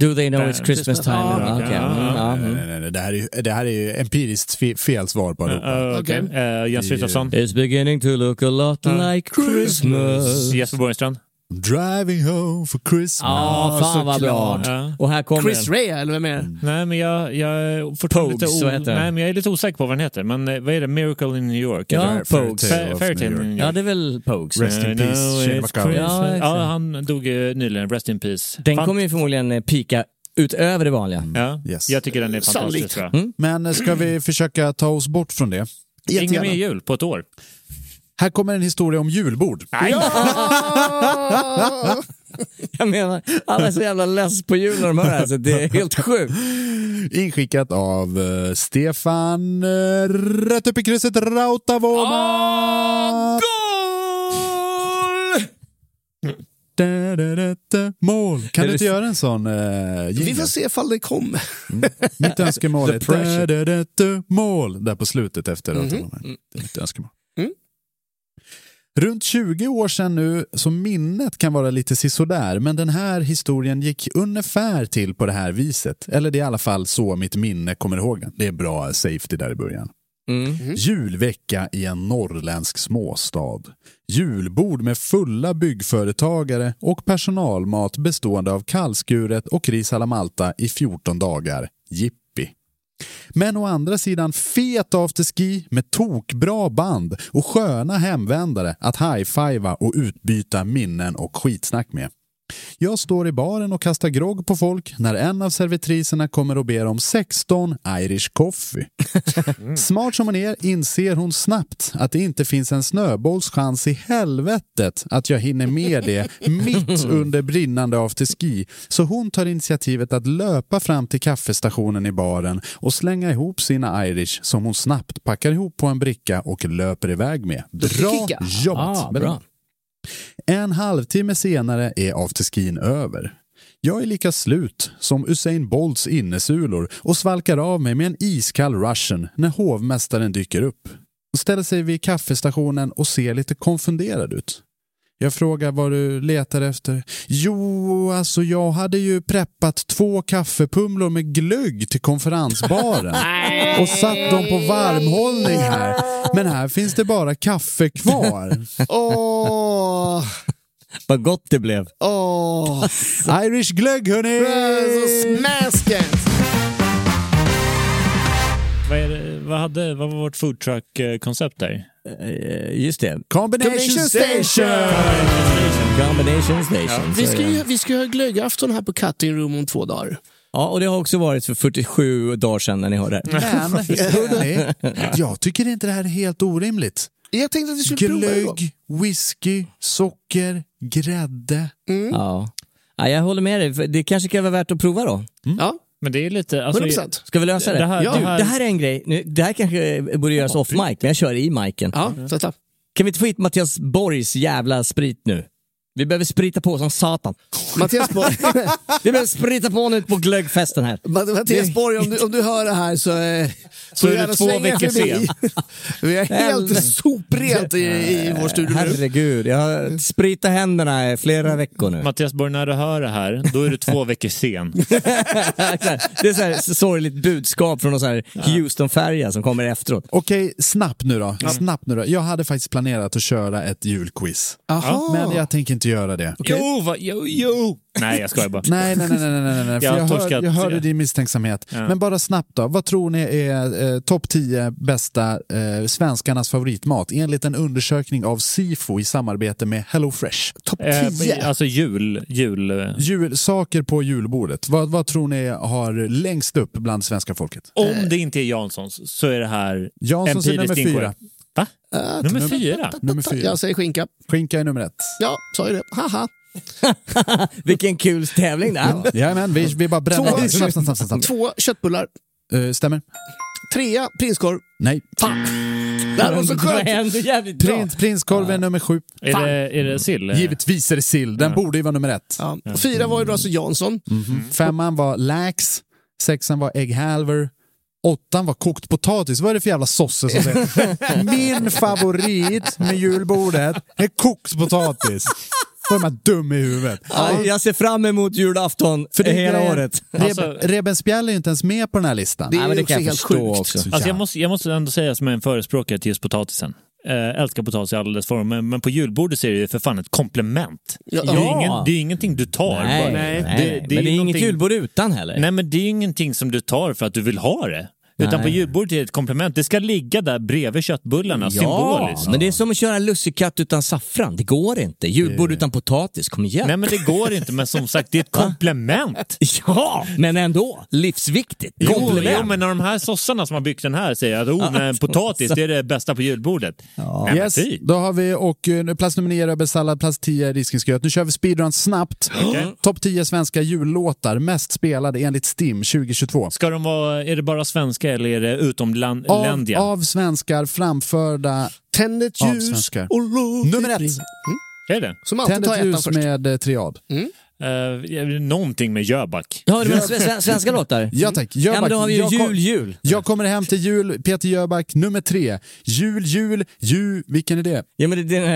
Speaker 3: Do they know it's Christmas time?
Speaker 7: Ja,
Speaker 3: Ja,
Speaker 7: okej.
Speaker 3: okej. Mm, ja, mm.
Speaker 4: Nej, nej, nej, det, här är, ju- det här är ju empiriskt fe, fel svar på allihopa.
Speaker 8: Eh, okej. Eh, Jens Wittelsson?
Speaker 3: It's beginning to look a lot like Christmas.
Speaker 8: Jesper Borgenstrand?
Speaker 4: Driving home for Christmas.
Speaker 3: Ja, fan vad bra.
Speaker 8: såklart. Ja.
Speaker 3: Och här kommer
Speaker 7: Chris
Speaker 3: den.
Speaker 7: Rea, eller vem är det?
Speaker 8: Mm. Nej, men jag, jag, är fortfarande
Speaker 3: Pogues,
Speaker 8: lite
Speaker 3: vad heter den?
Speaker 8: nej, men jag är lite osäker på vad den heter. Men eh, vad är det? Miracle in New York?
Speaker 3: Ja,
Speaker 8: eller?
Speaker 3: Pogues.
Speaker 8: Fa- Fairytale in New York.
Speaker 3: Ja, det är väl Pogues.
Speaker 4: Rest in peace,
Speaker 8: Eh, No,
Speaker 4: Shane
Speaker 8: it's
Speaker 4: McCollum.
Speaker 8: Christmas.
Speaker 3: Ja,
Speaker 8: Ja,
Speaker 3: exakt.
Speaker 8: han dog eh, nyligen. Rest in peace.
Speaker 3: Den
Speaker 8: Fan- Mm.
Speaker 3: kommer ju förmodligen eh, pika utöver det vanliga.
Speaker 8: Ja,
Speaker 4: Yes.
Speaker 8: Jag tycker den är
Speaker 7: Sannolikt.
Speaker 8: fantastisk. tror jag.
Speaker 3: Mm.
Speaker 4: Men eh, ska vi försöka ta oss bort från det?
Speaker 8: Ingen mer jul på ett år.
Speaker 4: Här kommer en historia om julbord.
Speaker 3: Jag menar, alla är så jävla less på jul när de hör det här så det är helt sjukt.
Speaker 4: Inskickat av eh, Stefan eh, rätt upp i krysset Rautavaara. Da, da, da, da. Mål! Kan du inte göra en sån eh,
Speaker 7: Vi
Speaker 4: jingle?
Speaker 7: får se ifall det kommer.
Speaker 4: Mitt önskemål
Speaker 3: The
Speaker 4: är
Speaker 3: pressure. Mm-hmm.
Speaker 4: da, da, da, da, mål där på slutet efter Rautavaara. Det är mitt önskemål.
Speaker 7: Mm.
Speaker 4: Runt 20 år sedan nu, så minnet kan vara lite sisådär, men den här historien gick ungefär till på det här viset. Eller det är i alla fall så mitt minne kommer ihåg den. Det är bra safety där i början. Julvecka i en norrländsk småstad. Julbord med fulla byggföretagare och personalmat bestående av kallskuret och ris alla malta i 14 dagar. Jippi! Men å andra sidan fet afterski med tokbra band och sköna hemvändare att high-fivea och utbyta minnen och skitsnack med. Jag står i baren och kastar grogg på folk när en av servitriserna kommer och ber om 16 Irish coffee.
Speaker 3: Mm.
Speaker 4: Smart som hon är inser hon snabbt att det inte finns en snöbolls chans i helvetet att jag hinner med det mitt
Speaker 3: Mm.
Speaker 4: under brinnande afterski. Så hon tar initiativet att löpa fram till kaffestationen i baren och slänga ihop sina Irish som hon snabbt packar ihop på en bricka och löper iväg med. Bra
Speaker 7: Kicka.
Speaker 4: jobbat!
Speaker 3: Ah, bra.
Speaker 4: En halvtimme senare är afterskin över. Jag är lika slut som Usain Bolts innesulor och svalkar av mig med en iskall russian när hovmästaren dyker upp. Hon ställer sig vid kaffestationen och ser lite konfunderad ut. Jag frågar vad du letar efter. Jo, alltså jag hade ju preppat två kaffepumlor med glögg till konferensbaren och satt dem på varmhållning här. Men här finns det bara kaffe kvar.
Speaker 7: Åh!
Speaker 3: Vad gott det blev.
Speaker 7: Åh!
Speaker 4: Irish glögg hörni!
Speaker 7: Så smaskigt!
Speaker 8: Vad, är det, vad, hade, vad var vårt foodtruck-koncept där?
Speaker 3: Eh, Just det.
Speaker 4: Combination station!
Speaker 3: Combination station.
Speaker 7: Vi
Speaker 3: Så
Speaker 7: ska
Speaker 3: är det.
Speaker 7: ju, vi ska ju ha glöggafton här på Cutting Room om två dagar.
Speaker 3: Ja, och det har också varit för 47 dagar sedan när ni hör det här.
Speaker 4: Men, hörni, jag tycker inte det här är helt orimligt.
Speaker 7: Jag tänkte att vi skulle prova en gång.
Speaker 4: Glögg, whisky, socker, grädde.
Speaker 3: Ja. Ja, jag håller med dig. för Det kanske kan vara värt att prova då.
Speaker 7: Ja,
Speaker 8: Men det är lite... Alltså,
Speaker 7: 100%.
Speaker 3: Ska vi lösa det?
Speaker 8: Det här-
Speaker 3: du,
Speaker 8: det här-
Speaker 3: det här är en grej. Nu, det här kanske borde göras off mic, men jag kör i miken.
Speaker 7: Ja, testa.
Speaker 3: Kan vi inte få hit Mattias Borgs jävla sprit nu? Vi behöver sprita på som satan.
Speaker 7: Mattias Borg.
Speaker 3: Vi behöver sprita på nu på glöggfesten här.
Speaker 7: Mattias Borg, om du, om du hör det här så... eh, får du gärna svänga förbi. Vi är helt soprent i, i vår studio nu.
Speaker 3: Herregud, jag har spritat händerna i flera veckor nu.
Speaker 8: Mattias Borg, när du hör det här, då är du två veckor sen.
Speaker 3: Det är så här sorgligt budskap från någon så här Houston-färja som kommer efteråt.
Speaker 4: Okej, snabbt nu då. Snabbt nu då. Jag hade faktiskt planerat att köra ett julquiz.
Speaker 8: Aha.
Speaker 4: Men jag tänker inte göra det.
Speaker 8: Jo, va, jo, jo! Nej, jag skojar bara.
Speaker 4: Nej, nej, nej, nej, nej, nej, nej. För
Speaker 8: Jag har
Speaker 4: jag, hör,
Speaker 8: torskat-
Speaker 4: jag hörde din misstänksamhet.
Speaker 8: Ja.
Speaker 4: Men bara snabbt då, vad tror ni är eh, topp 10 bästa eh, svenskarnas favoritmat enligt en undersökning av Sifo i samarbete med HelloFresh? Topp
Speaker 8: Eh, alltså jul, jul... eh.
Speaker 4: Julsaker på julbordet, vad, vad tror ni har längst upp bland svenska folket?
Speaker 8: Om det inte är Janssons så är det här
Speaker 4: Janssons är
Speaker 8: empiriskt
Speaker 4: nummer fyra.
Speaker 8: inkorrekt. Va?
Speaker 7: Äh,
Speaker 8: nummer fyra?
Speaker 4: Nummer fyra.
Speaker 7: Jag säger skinka.
Speaker 4: Skinka är nummer ett.
Speaker 7: Ja, sa ju det. Haha.
Speaker 3: Vilken kul tävling det här var.
Speaker 4: Jajamän, vi, vi bara bränner.
Speaker 7: Två-
Speaker 4: Snabbt, snabbt, snabbt, snabbt, snabbt.
Speaker 7: Två köttbullar.
Speaker 4: Eh, stämmer?
Speaker 7: Trea prinskorv.
Speaker 4: Nej.
Speaker 7: Fan. Det här var så skönt.
Speaker 3: jävligt
Speaker 4: Prins, prinskorv är nummer sju.
Speaker 8: Är det, är det sill?
Speaker 4: Givetvis är det sill. Den borde ju vara nummer ett.
Speaker 7: Ja. Fyra var ju då alltså Jansson.
Speaker 4: Femman var lax, sexan var ägghalvor, åttan var kokt potatis. Vad är det för jävla sosse som säger Min favorit med julbordet är kokt potatis. Då är man dum i huvudet.
Speaker 3: Ja, jag ser fram emot julafton
Speaker 4: För det är
Speaker 3: hela
Speaker 4: grejen.
Speaker 3: året.
Speaker 4: Reb, Rebensbjerg är ju inte ens med på den här listan.
Speaker 7: Det är Nej, men det också kan jag helt förstå sjukt.
Speaker 3: också.
Speaker 8: Alltså jag, måste, jag måste ändå säga som en förespråkare till just potatisen. Eh, älskar potatis i alla dess former, men, men på julbordet så är det ju för fan ett komplement.
Speaker 7: Ja.
Speaker 8: Det, är ju
Speaker 3: Ja.
Speaker 8: ingen, det är ju ingenting du tar. bara.
Speaker 3: Nej, nej, nej. men det är inget
Speaker 8: någonting-
Speaker 3: julbord utan heller.
Speaker 8: Nej, men det är ju ingenting som du tar för att du vill ha det. Utan
Speaker 3: Nej.
Speaker 8: på julbordet är det ett komplement. Det ska ligga där bredvid köttbullarna,
Speaker 3: Ja,
Speaker 8: symboliskt.
Speaker 3: men det är som att köra lussekatt utan saffran. Det går inte. Julbord utan potatis, kom igen.
Speaker 8: Nej, men det går inte. Men som sagt, det är ett komplement.
Speaker 3: Ja, men ändå. Livsviktigt.
Speaker 8: Jo,
Speaker 3: Komplement.
Speaker 8: jo, men när de här sossarna som har byggt den här säger att oh, men potatis det är det bästa på julbordet. Ja. men
Speaker 4: Yes,
Speaker 8: fy.
Speaker 4: då har vi och eh, nu plats nummer 9 rödbetssallad, plats 10 risgrynsgröt. Nu kör vi speedrun snabbt.
Speaker 7: Mm.
Speaker 4: Topp 10 svenska jullåtar, mest spelade enligt STIM 2022.
Speaker 8: Ska de vara, är det bara svenska eller är det
Speaker 4: Av,
Speaker 8: utomländiga?
Speaker 4: av svenskar framförda
Speaker 7: Tänd ett
Speaker 4: Av
Speaker 7: ljus
Speaker 4: svenskar.
Speaker 7: och låt
Speaker 4: Nummer
Speaker 7: det
Speaker 4: ett.
Speaker 7: brinna.
Speaker 8: Är det?
Speaker 7: Som alltid
Speaker 4: Tänd
Speaker 7: tar
Speaker 4: ett
Speaker 7: ettan
Speaker 4: ljus
Speaker 7: först.
Speaker 4: med eh, triad.
Speaker 8: Uh, någonting med Jöback.
Speaker 3: Ja, men sven- sven- svenska låtar.
Speaker 4: Ja tack.
Speaker 3: Ja, men då har vi ju
Speaker 4: jag kom-
Speaker 3: jul, jul.
Speaker 4: Jag kommer hem till jul, Peter Jöback, nummer tre. Jul, jul, jul, vilken är det?
Speaker 3: Ja, men det är den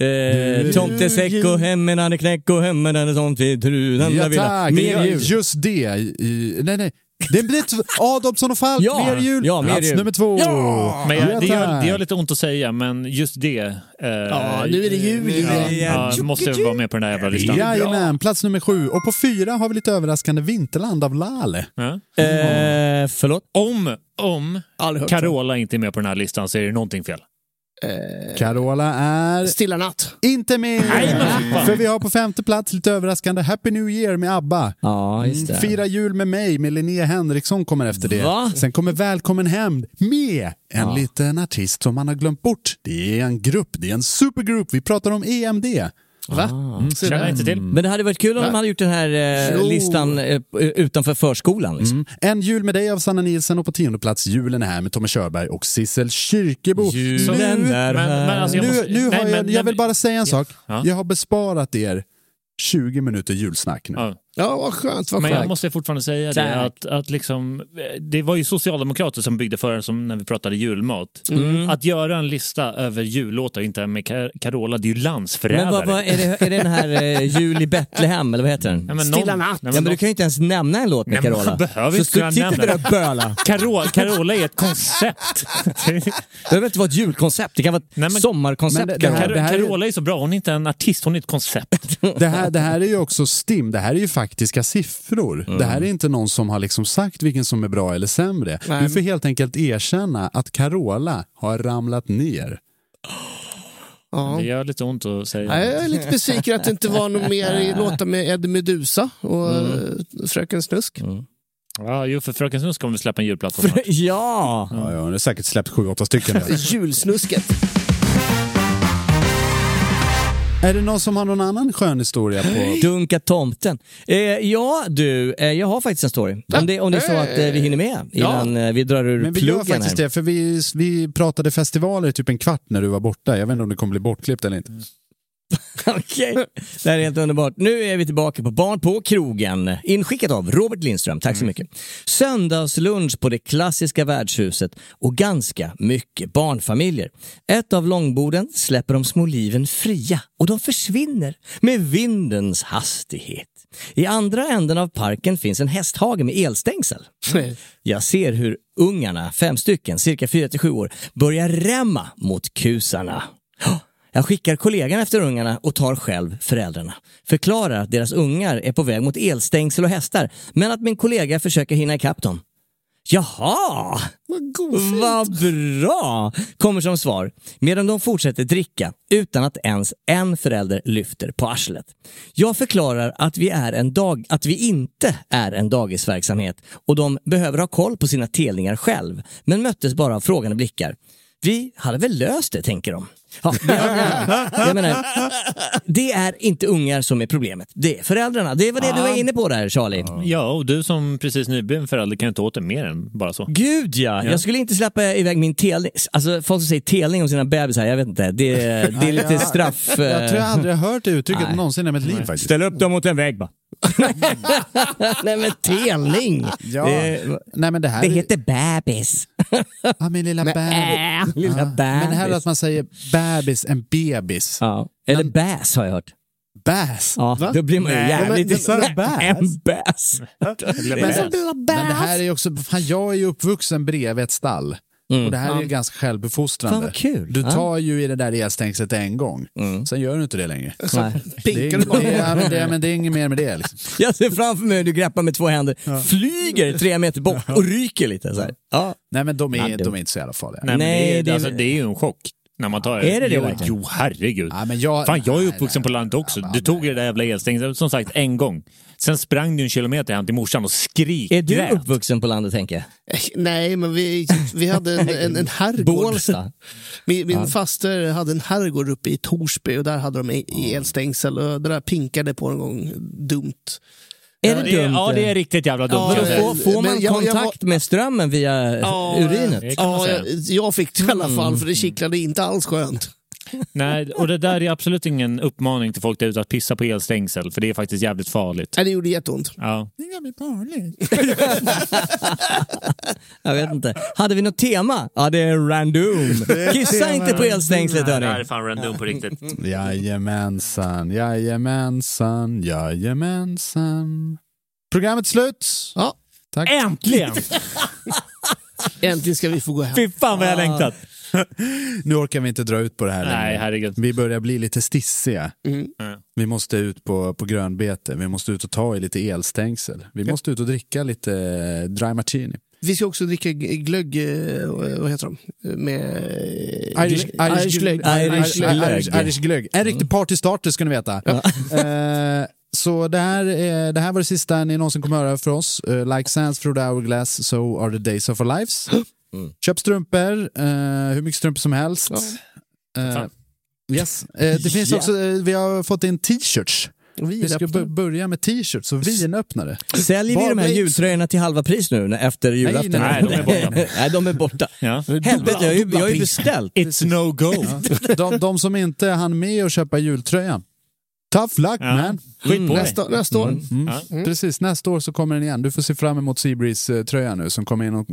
Speaker 3: här... Eh, Tomtesäck och hemmen hade knäck och hemmen hade sånt vid trunan.
Speaker 4: Ja
Speaker 3: där villa.
Speaker 4: tack,
Speaker 3: Mer jul.
Speaker 4: just det. I, nej, nej. Det blir t- Adolfsson och Falk,
Speaker 3: Ja.
Speaker 4: mer jul.
Speaker 3: Ja, mer
Speaker 4: plats
Speaker 3: jul.
Speaker 4: nummer två.
Speaker 3: Ja.
Speaker 8: Men jag, det, gör,
Speaker 4: tack.
Speaker 8: det gör lite ont att säga, men just det. eh,
Speaker 7: Ja, nu är det jul.
Speaker 8: Ja, ja,
Speaker 3: Jul.
Speaker 8: måste vara med på den där jävla listan.
Speaker 4: Jajamän, plats nummer sju. Och på fyra har vi lite överraskande Vinterland av Lale.
Speaker 8: Ja.
Speaker 3: Eh, förlåt?
Speaker 8: Om, om
Speaker 7: Aldrig hört
Speaker 8: Carola inte är med på den här listan så är det någonting fel.
Speaker 4: Carola är
Speaker 7: Stilla natt.
Speaker 4: inte med. För vi har på femte plats lite överraskande Happy New Year med ABBA. Mm.
Speaker 3: Ja, just det.
Speaker 4: Fira jul med mig med Linnea Henriksson kommer efter det.
Speaker 3: Va?
Speaker 4: Sen kommer Välkommen hem med en liten artist som man har glömt bort. Det är en grupp, det är en supergrupp. Vi pratar om E EMD.
Speaker 7: Va?
Speaker 3: Ah.
Speaker 4: Mm,
Speaker 8: Känner jag inte till.
Speaker 3: Men det hade varit kul om de hade gjort den här eh,
Speaker 7: Jo.
Speaker 3: listan eh, utanför förskolan. Liksom.
Speaker 8: Mm.
Speaker 4: En jul med dig av Sanna Nielsen och på tionde plats Julen är här med Tommy Körberg och Sissel Kyrkebo.
Speaker 3: Julen
Speaker 4: Nu-
Speaker 3: är
Speaker 8: men- men
Speaker 3: här.
Speaker 8: alltså jag-
Speaker 4: Nu,
Speaker 8: måste-
Speaker 4: nu har
Speaker 8: nej,
Speaker 4: jag,
Speaker 8: men-
Speaker 4: jag
Speaker 8: nej,
Speaker 4: vill bara säga en sak.
Speaker 8: Ja.
Speaker 4: Jag har besparat er 20 minuter julsnack nu.
Speaker 8: Ja.
Speaker 7: Ja, vad skönt. Vad
Speaker 8: Men jag
Speaker 7: skönt.
Speaker 8: måste fortfarande säga
Speaker 3: Tack.
Speaker 8: det att, att liksom, eh, det var ju socialdemokrater som byggde för som när vi pratade julmat.
Speaker 3: Mm.
Speaker 8: Att göra en lista över jullåtar inte med Car- Carola, det är ju landsförrädare.
Speaker 3: Men vad, vad, är, det, är det den här eh, Jul i Betlehem, eller vad heter den?
Speaker 8: Nej, men
Speaker 7: Stilla
Speaker 8: någon-
Speaker 7: natt.
Speaker 8: Nej,
Speaker 3: Ja,
Speaker 8: men
Speaker 3: men du kan ju inte ens nämna en låt med
Speaker 8: Nej, men
Speaker 3: Carola.
Speaker 8: man behöver
Speaker 3: så
Speaker 8: inte
Speaker 3: ska
Speaker 8: kunna
Speaker 3: du sitta
Speaker 8: nämna
Speaker 3: där och
Speaker 8: den.
Speaker 3: böla.
Speaker 8: Carola, Carola är ett koncept.
Speaker 3: Det behöver inte vara ett julkoncept, det kan vara ett
Speaker 8: Nej, men-
Speaker 3: sommarkoncept.
Speaker 4: Men det-
Speaker 3: Carola.
Speaker 4: här-
Speaker 8: Car-
Speaker 4: det här är-
Speaker 8: Carola är så bra, hon är inte en artist, hon är ett koncept.
Speaker 4: Det här, det här är ju också STIM, det här är ju faktiska siffror. Det här är inte någon som har liksom sagt vilken som är bra eller sämre. Du får helt enkelt erkänna att Carola har ramlat ner.
Speaker 8: Det gör lite ont att säga.
Speaker 7: Nej, jag är lite besviken att det inte var något mer i låtar med Eddie Meduza och eh, Fröken Snusk.
Speaker 8: Mm. Ja, jo, för Fröken Snusk kommer vi släppa en julplatta snart.
Speaker 3: Ja!
Speaker 4: Ja, ja, hon har säkert släppt sju, åtta stycken.
Speaker 7: Julsnusket.
Speaker 4: Är det någon som har någon annan skön historia på...
Speaker 3: Dunka tomten. Eh, ja du, eh, jag har faktiskt en story. Om det, om det är så att eh, vi hinner med innan eh, vi drar ur
Speaker 4: Äh, Men vi gör
Speaker 3: pluggen
Speaker 4: faktiskt
Speaker 3: här.
Speaker 4: det, för vi, vi pratade festivaler i typ en kvart när du var borta. Jag vet inte om det kommer bli bortklippt eller inte.
Speaker 3: Okej, det här är helt underbart. Nu är vi tillbaka på Barn på krogen, inskickat av Robert Lindström. Tack så mycket. Söndagslunch på det klassiska värdshuset och ganska mycket barnfamiljer. Ett av långborden släpper de små liven fria och de försvinner med vindens hastighet. I andra änden av parken finns en hästhage med elstängsel. Jag ser hur ungarna, fem stycken, cirka fyra till sju år, börjar rämma mot kusarna. Jag skickar kollegan efter ungarna och tar själv föräldrarna. Förklarar att deras ungar är på väg mot elstängsel och hästar, men att min kollega försöker hinna ikapp dem. Jaha! Vad, Vad bra! Kommer som svar. Medan de fortsätter dricka utan att ens en förälder lyfter på arslet. Jag förklarar att vi, är en dag, att vi inte är en dagisverksamhet och de behöver ha koll på sina telningar själv, men möttes bara av frågande blickar. Vi hade väl löst det, tänker de. Ja, det, jag menar, det är inte ungar som är problemet, det är föräldrarna. Det var det du var inne på där, Charlie.
Speaker 8: Ja, och du som precis nybliven förälder kan ju inte åt det mer än bara så.
Speaker 3: Gud ja! Jag skulle inte släppa iväg min telning. Alltså folk som säger telning om sina bebisar, jag vet inte. Det, det är lite
Speaker 4: Jag-
Speaker 3: straff...
Speaker 4: Jag tror jag aldrig har hört det uttrycket
Speaker 3: Eh, Nej.
Speaker 4: någonsin i mitt liv faktiskt.
Speaker 3: Ställ upp dem mot en vägg bara. Nej men telning!
Speaker 4: Ja.
Speaker 3: Det,
Speaker 4: Nej, men det, här
Speaker 3: det
Speaker 4: är-
Speaker 3: heter bebis.
Speaker 4: Ja, min lilla
Speaker 3: Men,
Speaker 4: bebis.
Speaker 3: äh, lilla
Speaker 4: Ja. Men
Speaker 3: bebis.
Speaker 4: här är att man säger bebis, en bebis.
Speaker 3: Ja. Eller bäs har jag hört.
Speaker 4: Bäs?
Speaker 3: Ja, då blir man ju jävligt...
Speaker 4: Sa du bäs?
Speaker 3: En bäs.
Speaker 4: Men, men det här är ju också, fan, jag är ju uppvuxen bredvid ett stall.
Speaker 3: Mm.
Speaker 4: Och det här är ju
Speaker 3: Ja.
Speaker 4: ganska självbefostrande.
Speaker 3: Fan, vad kul.
Speaker 4: Du
Speaker 3: Ja. Mm.
Speaker 4: tar ju i det där elstängslet en gång, sen gör du inte det längre.
Speaker 3: Nej.
Speaker 4: Det, är,
Speaker 3: Pinkar du bara.
Speaker 4: det, är, men det, men det är inget mer med det. Liksom.
Speaker 3: Jag ser framför mig hur du greppar med två händer, flyger tre meter bort och ryker lite. Så här. Ja.
Speaker 4: Nej men de
Speaker 3: Ja,
Speaker 4: är,
Speaker 3: det-
Speaker 4: de är inte så jävla farliga.
Speaker 8: Nej, men det, är,
Speaker 3: det är-
Speaker 8: alltså, det är ju en chock. När man tar,
Speaker 3: Är det det
Speaker 8: jo,
Speaker 3: verkligen?
Speaker 8: Jo, herregud.
Speaker 4: Ja, men jag,
Speaker 8: Fan, jag är uppvuxen på landet också. Du tog det där jävla elstängslet, som sagt, en gång. Sen sprang du en kilometer hem till morsan och skrik.
Speaker 3: Är du
Speaker 8: grät.
Speaker 3: uppvuxen på landet, Henke?
Speaker 7: Nej, men vi, vi hade en, en, en herrgård.
Speaker 3: Bålsta?
Speaker 7: Min, min
Speaker 3: Ja.
Speaker 7: faster hade en herrgård uppe i Torsby och där hade de e- elstängsel och det där pinkade på en gång dumt.
Speaker 3: Är det dumt?
Speaker 8: Ja, det är riktigt jävla dumt.
Speaker 3: Vadå,
Speaker 8: kan jag säga.
Speaker 3: får, får man
Speaker 7: Men jag- jag var-
Speaker 3: kontakt med strömmen via urinet?
Speaker 7: Ja, jag, jag fick det i alla fall för det kittlade inte alls skönt.
Speaker 8: Mm. Nej, och det där är absolut ingen uppmaning till folk där ute att pissa på elstängsel, för det är faktiskt jävligt farligt.
Speaker 7: Nej, det gjorde jätteont.
Speaker 8: Ja.
Speaker 4: Det kan bli farligt.
Speaker 3: Jag vet inte. Hade vi något tema? Ja, det är random. Kissa inte på elstängslet, hörni.
Speaker 8: fan random på riktigt.
Speaker 4: Jajamensan, jajamensan, jajamensan. Programmet slut.
Speaker 7: Ja.
Speaker 4: Tack.
Speaker 8: Äntligen!
Speaker 7: Äntligen ska vi få gå hem.
Speaker 8: Fy fan vad jag längtat.
Speaker 4: Nu orkar vi inte dra ut på det här
Speaker 8: Nej,
Speaker 4: längre.
Speaker 8: herregud.
Speaker 4: Vi börjar bli lite stissiga.
Speaker 7: Mm.
Speaker 4: Vi måste ut på, på grönbete, vi måste ut och ta i lite elstängsel. Vi måste ut och dricka lite eh, dry martini.
Speaker 7: Vi ska också dricka g- glögg, eh, vad heter de? Med... eh,
Speaker 4: Irish, Irish, glögg.
Speaker 3: Irish
Speaker 4: Irish,
Speaker 3: glögg.
Speaker 4: Irish, Irish glögg. En riktig partystarter ska ni veta. Eh, så det här, eh, det här var det sista ni någonsin kommer höra för oss. Eh, like sands through the hourglass, so are the days of our lives. Köp strumpor, eh, hur mycket strumpor som helst. Eh,
Speaker 8: Fan.
Speaker 4: yes. Eh, det finns
Speaker 3: Ja.
Speaker 4: också, eh, vi har fått in t-shirts. Vi ska
Speaker 7: Vinöppnare.
Speaker 4: bör- börja med t-shirts och vinöppnare.
Speaker 3: Säljer vi de här jultröjorna till halva pris nu när- efter julafton?
Speaker 8: nej, nej, de är borta.
Speaker 3: nej, de är borta.
Speaker 8: Ja.
Speaker 3: Helvete, jag har ju- jag har ju beställt.
Speaker 8: It's no go.
Speaker 4: De, de som inte hann med att köpa jultröjan. Tough luck
Speaker 8: Ja.
Speaker 4: man.
Speaker 8: Skit på dig.
Speaker 7: Nästa, nästa år.
Speaker 4: Mm.
Speaker 8: Ja.
Speaker 4: Precis, nästa år så kommer den igen. Du får se fram emot Seabreeze-tröjan nu som kommer in och...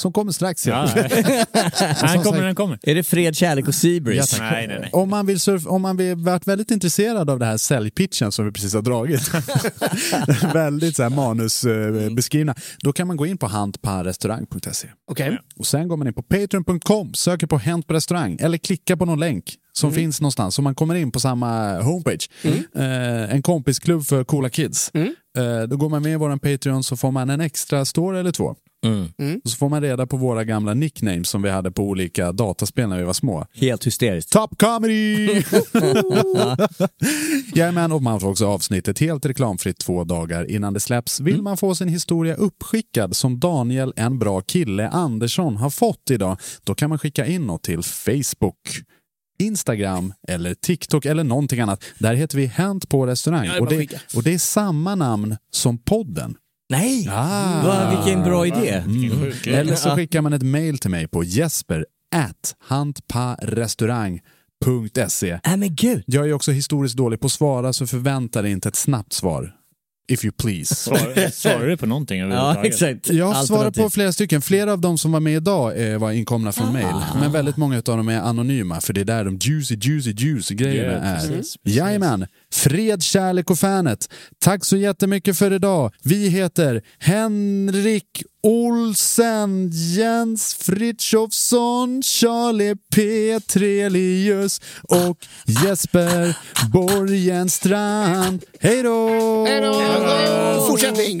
Speaker 4: Som kommer strax.
Speaker 8: Ja, nej. Han kommer, han kommer.
Speaker 3: Är det fred, kärlek och
Speaker 4: Ja,
Speaker 3: Seabreeze?
Speaker 4: tack.
Speaker 8: Nej, nej, nej.
Speaker 4: Om man vill surf, om man vill, varit väldigt intresserad av den här säljpitchen som vi precis har dragit, väldigt så här manusbeskrivna, då kan man gå in på handparrestaurang.se.
Speaker 7: Okej.
Speaker 4: Och sen går man in på patreon.com, söker på Hänt på restaurang eller klickar på någon länk som finns någonstans så man kommer in på samma homepage. Eh, en kompisklubb för coola kids. Eh, då går man med i vår Patreon så får man en extra story eller två.
Speaker 8: Mm.
Speaker 4: Och så får man reda på våra gamla nicknames som vi hade på olika dataspel när vi var små.
Speaker 3: Helt hysteriskt.
Speaker 4: Top comedy! Jajamän, och man får också avsnittet helt reklamfritt två dagar innan det släpps.
Speaker 2: Mm.
Speaker 4: Vill man få sin historia uppskickad som Daniel, en bra kille, Andersson har fått idag, då kan man skicka in något till Facebook. Instagram eller TikTok eller någonting annat. Där heter vi Hänt på restaurang.
Speaker 2: Ja, det är
Speaker 4: och,
Speaker 2: bara att
Speaker 4: det,
Speaker 2: skicka.
Speaker 4: och det är samma namn som podden.
Speaker 14: Nej!
Speaker 4: Ah.
Speaker 14: Va, vilken bra idé.
Speaker 4: Mm.
Speaker 14: Vilken sjuk idé.
Speaker 4: Eller så
Speaker 14: Ja.
Speaker 4: skickar man ett mail till mig på jesper at hantparestaurang.se.
Speaker 14: Äh, men gud.
Speaker 4: Jag är också historiskt dålig på att svara så förvänta dig inte ett snabbt svar. If you please.
Speaker 15: Svar- svarar du på någonting överhuvudtaget?
Speaker 4: Jag svarar på flera stycken. Flera av de som var med idag eh, var inkomna
Speaker 15: Ah.
Speaker 4: från mail. Men väldigt många av dem är anonyma för det är där de juicy, juicy, juicy grejerna
Speaker 15: Ja,
Speaker 4: är.
Speaker 15: precis,
Speaker 4: Jajamän. Fred, kärlek och fanet. Tack så jättemycket för idag. Vi heter Henrik Olsen, Jens Fritjofsson, Charlie P. Trelius och Jesper Borgenstrand. Hej då!
Speaker 2: Hej då! Fortsättning!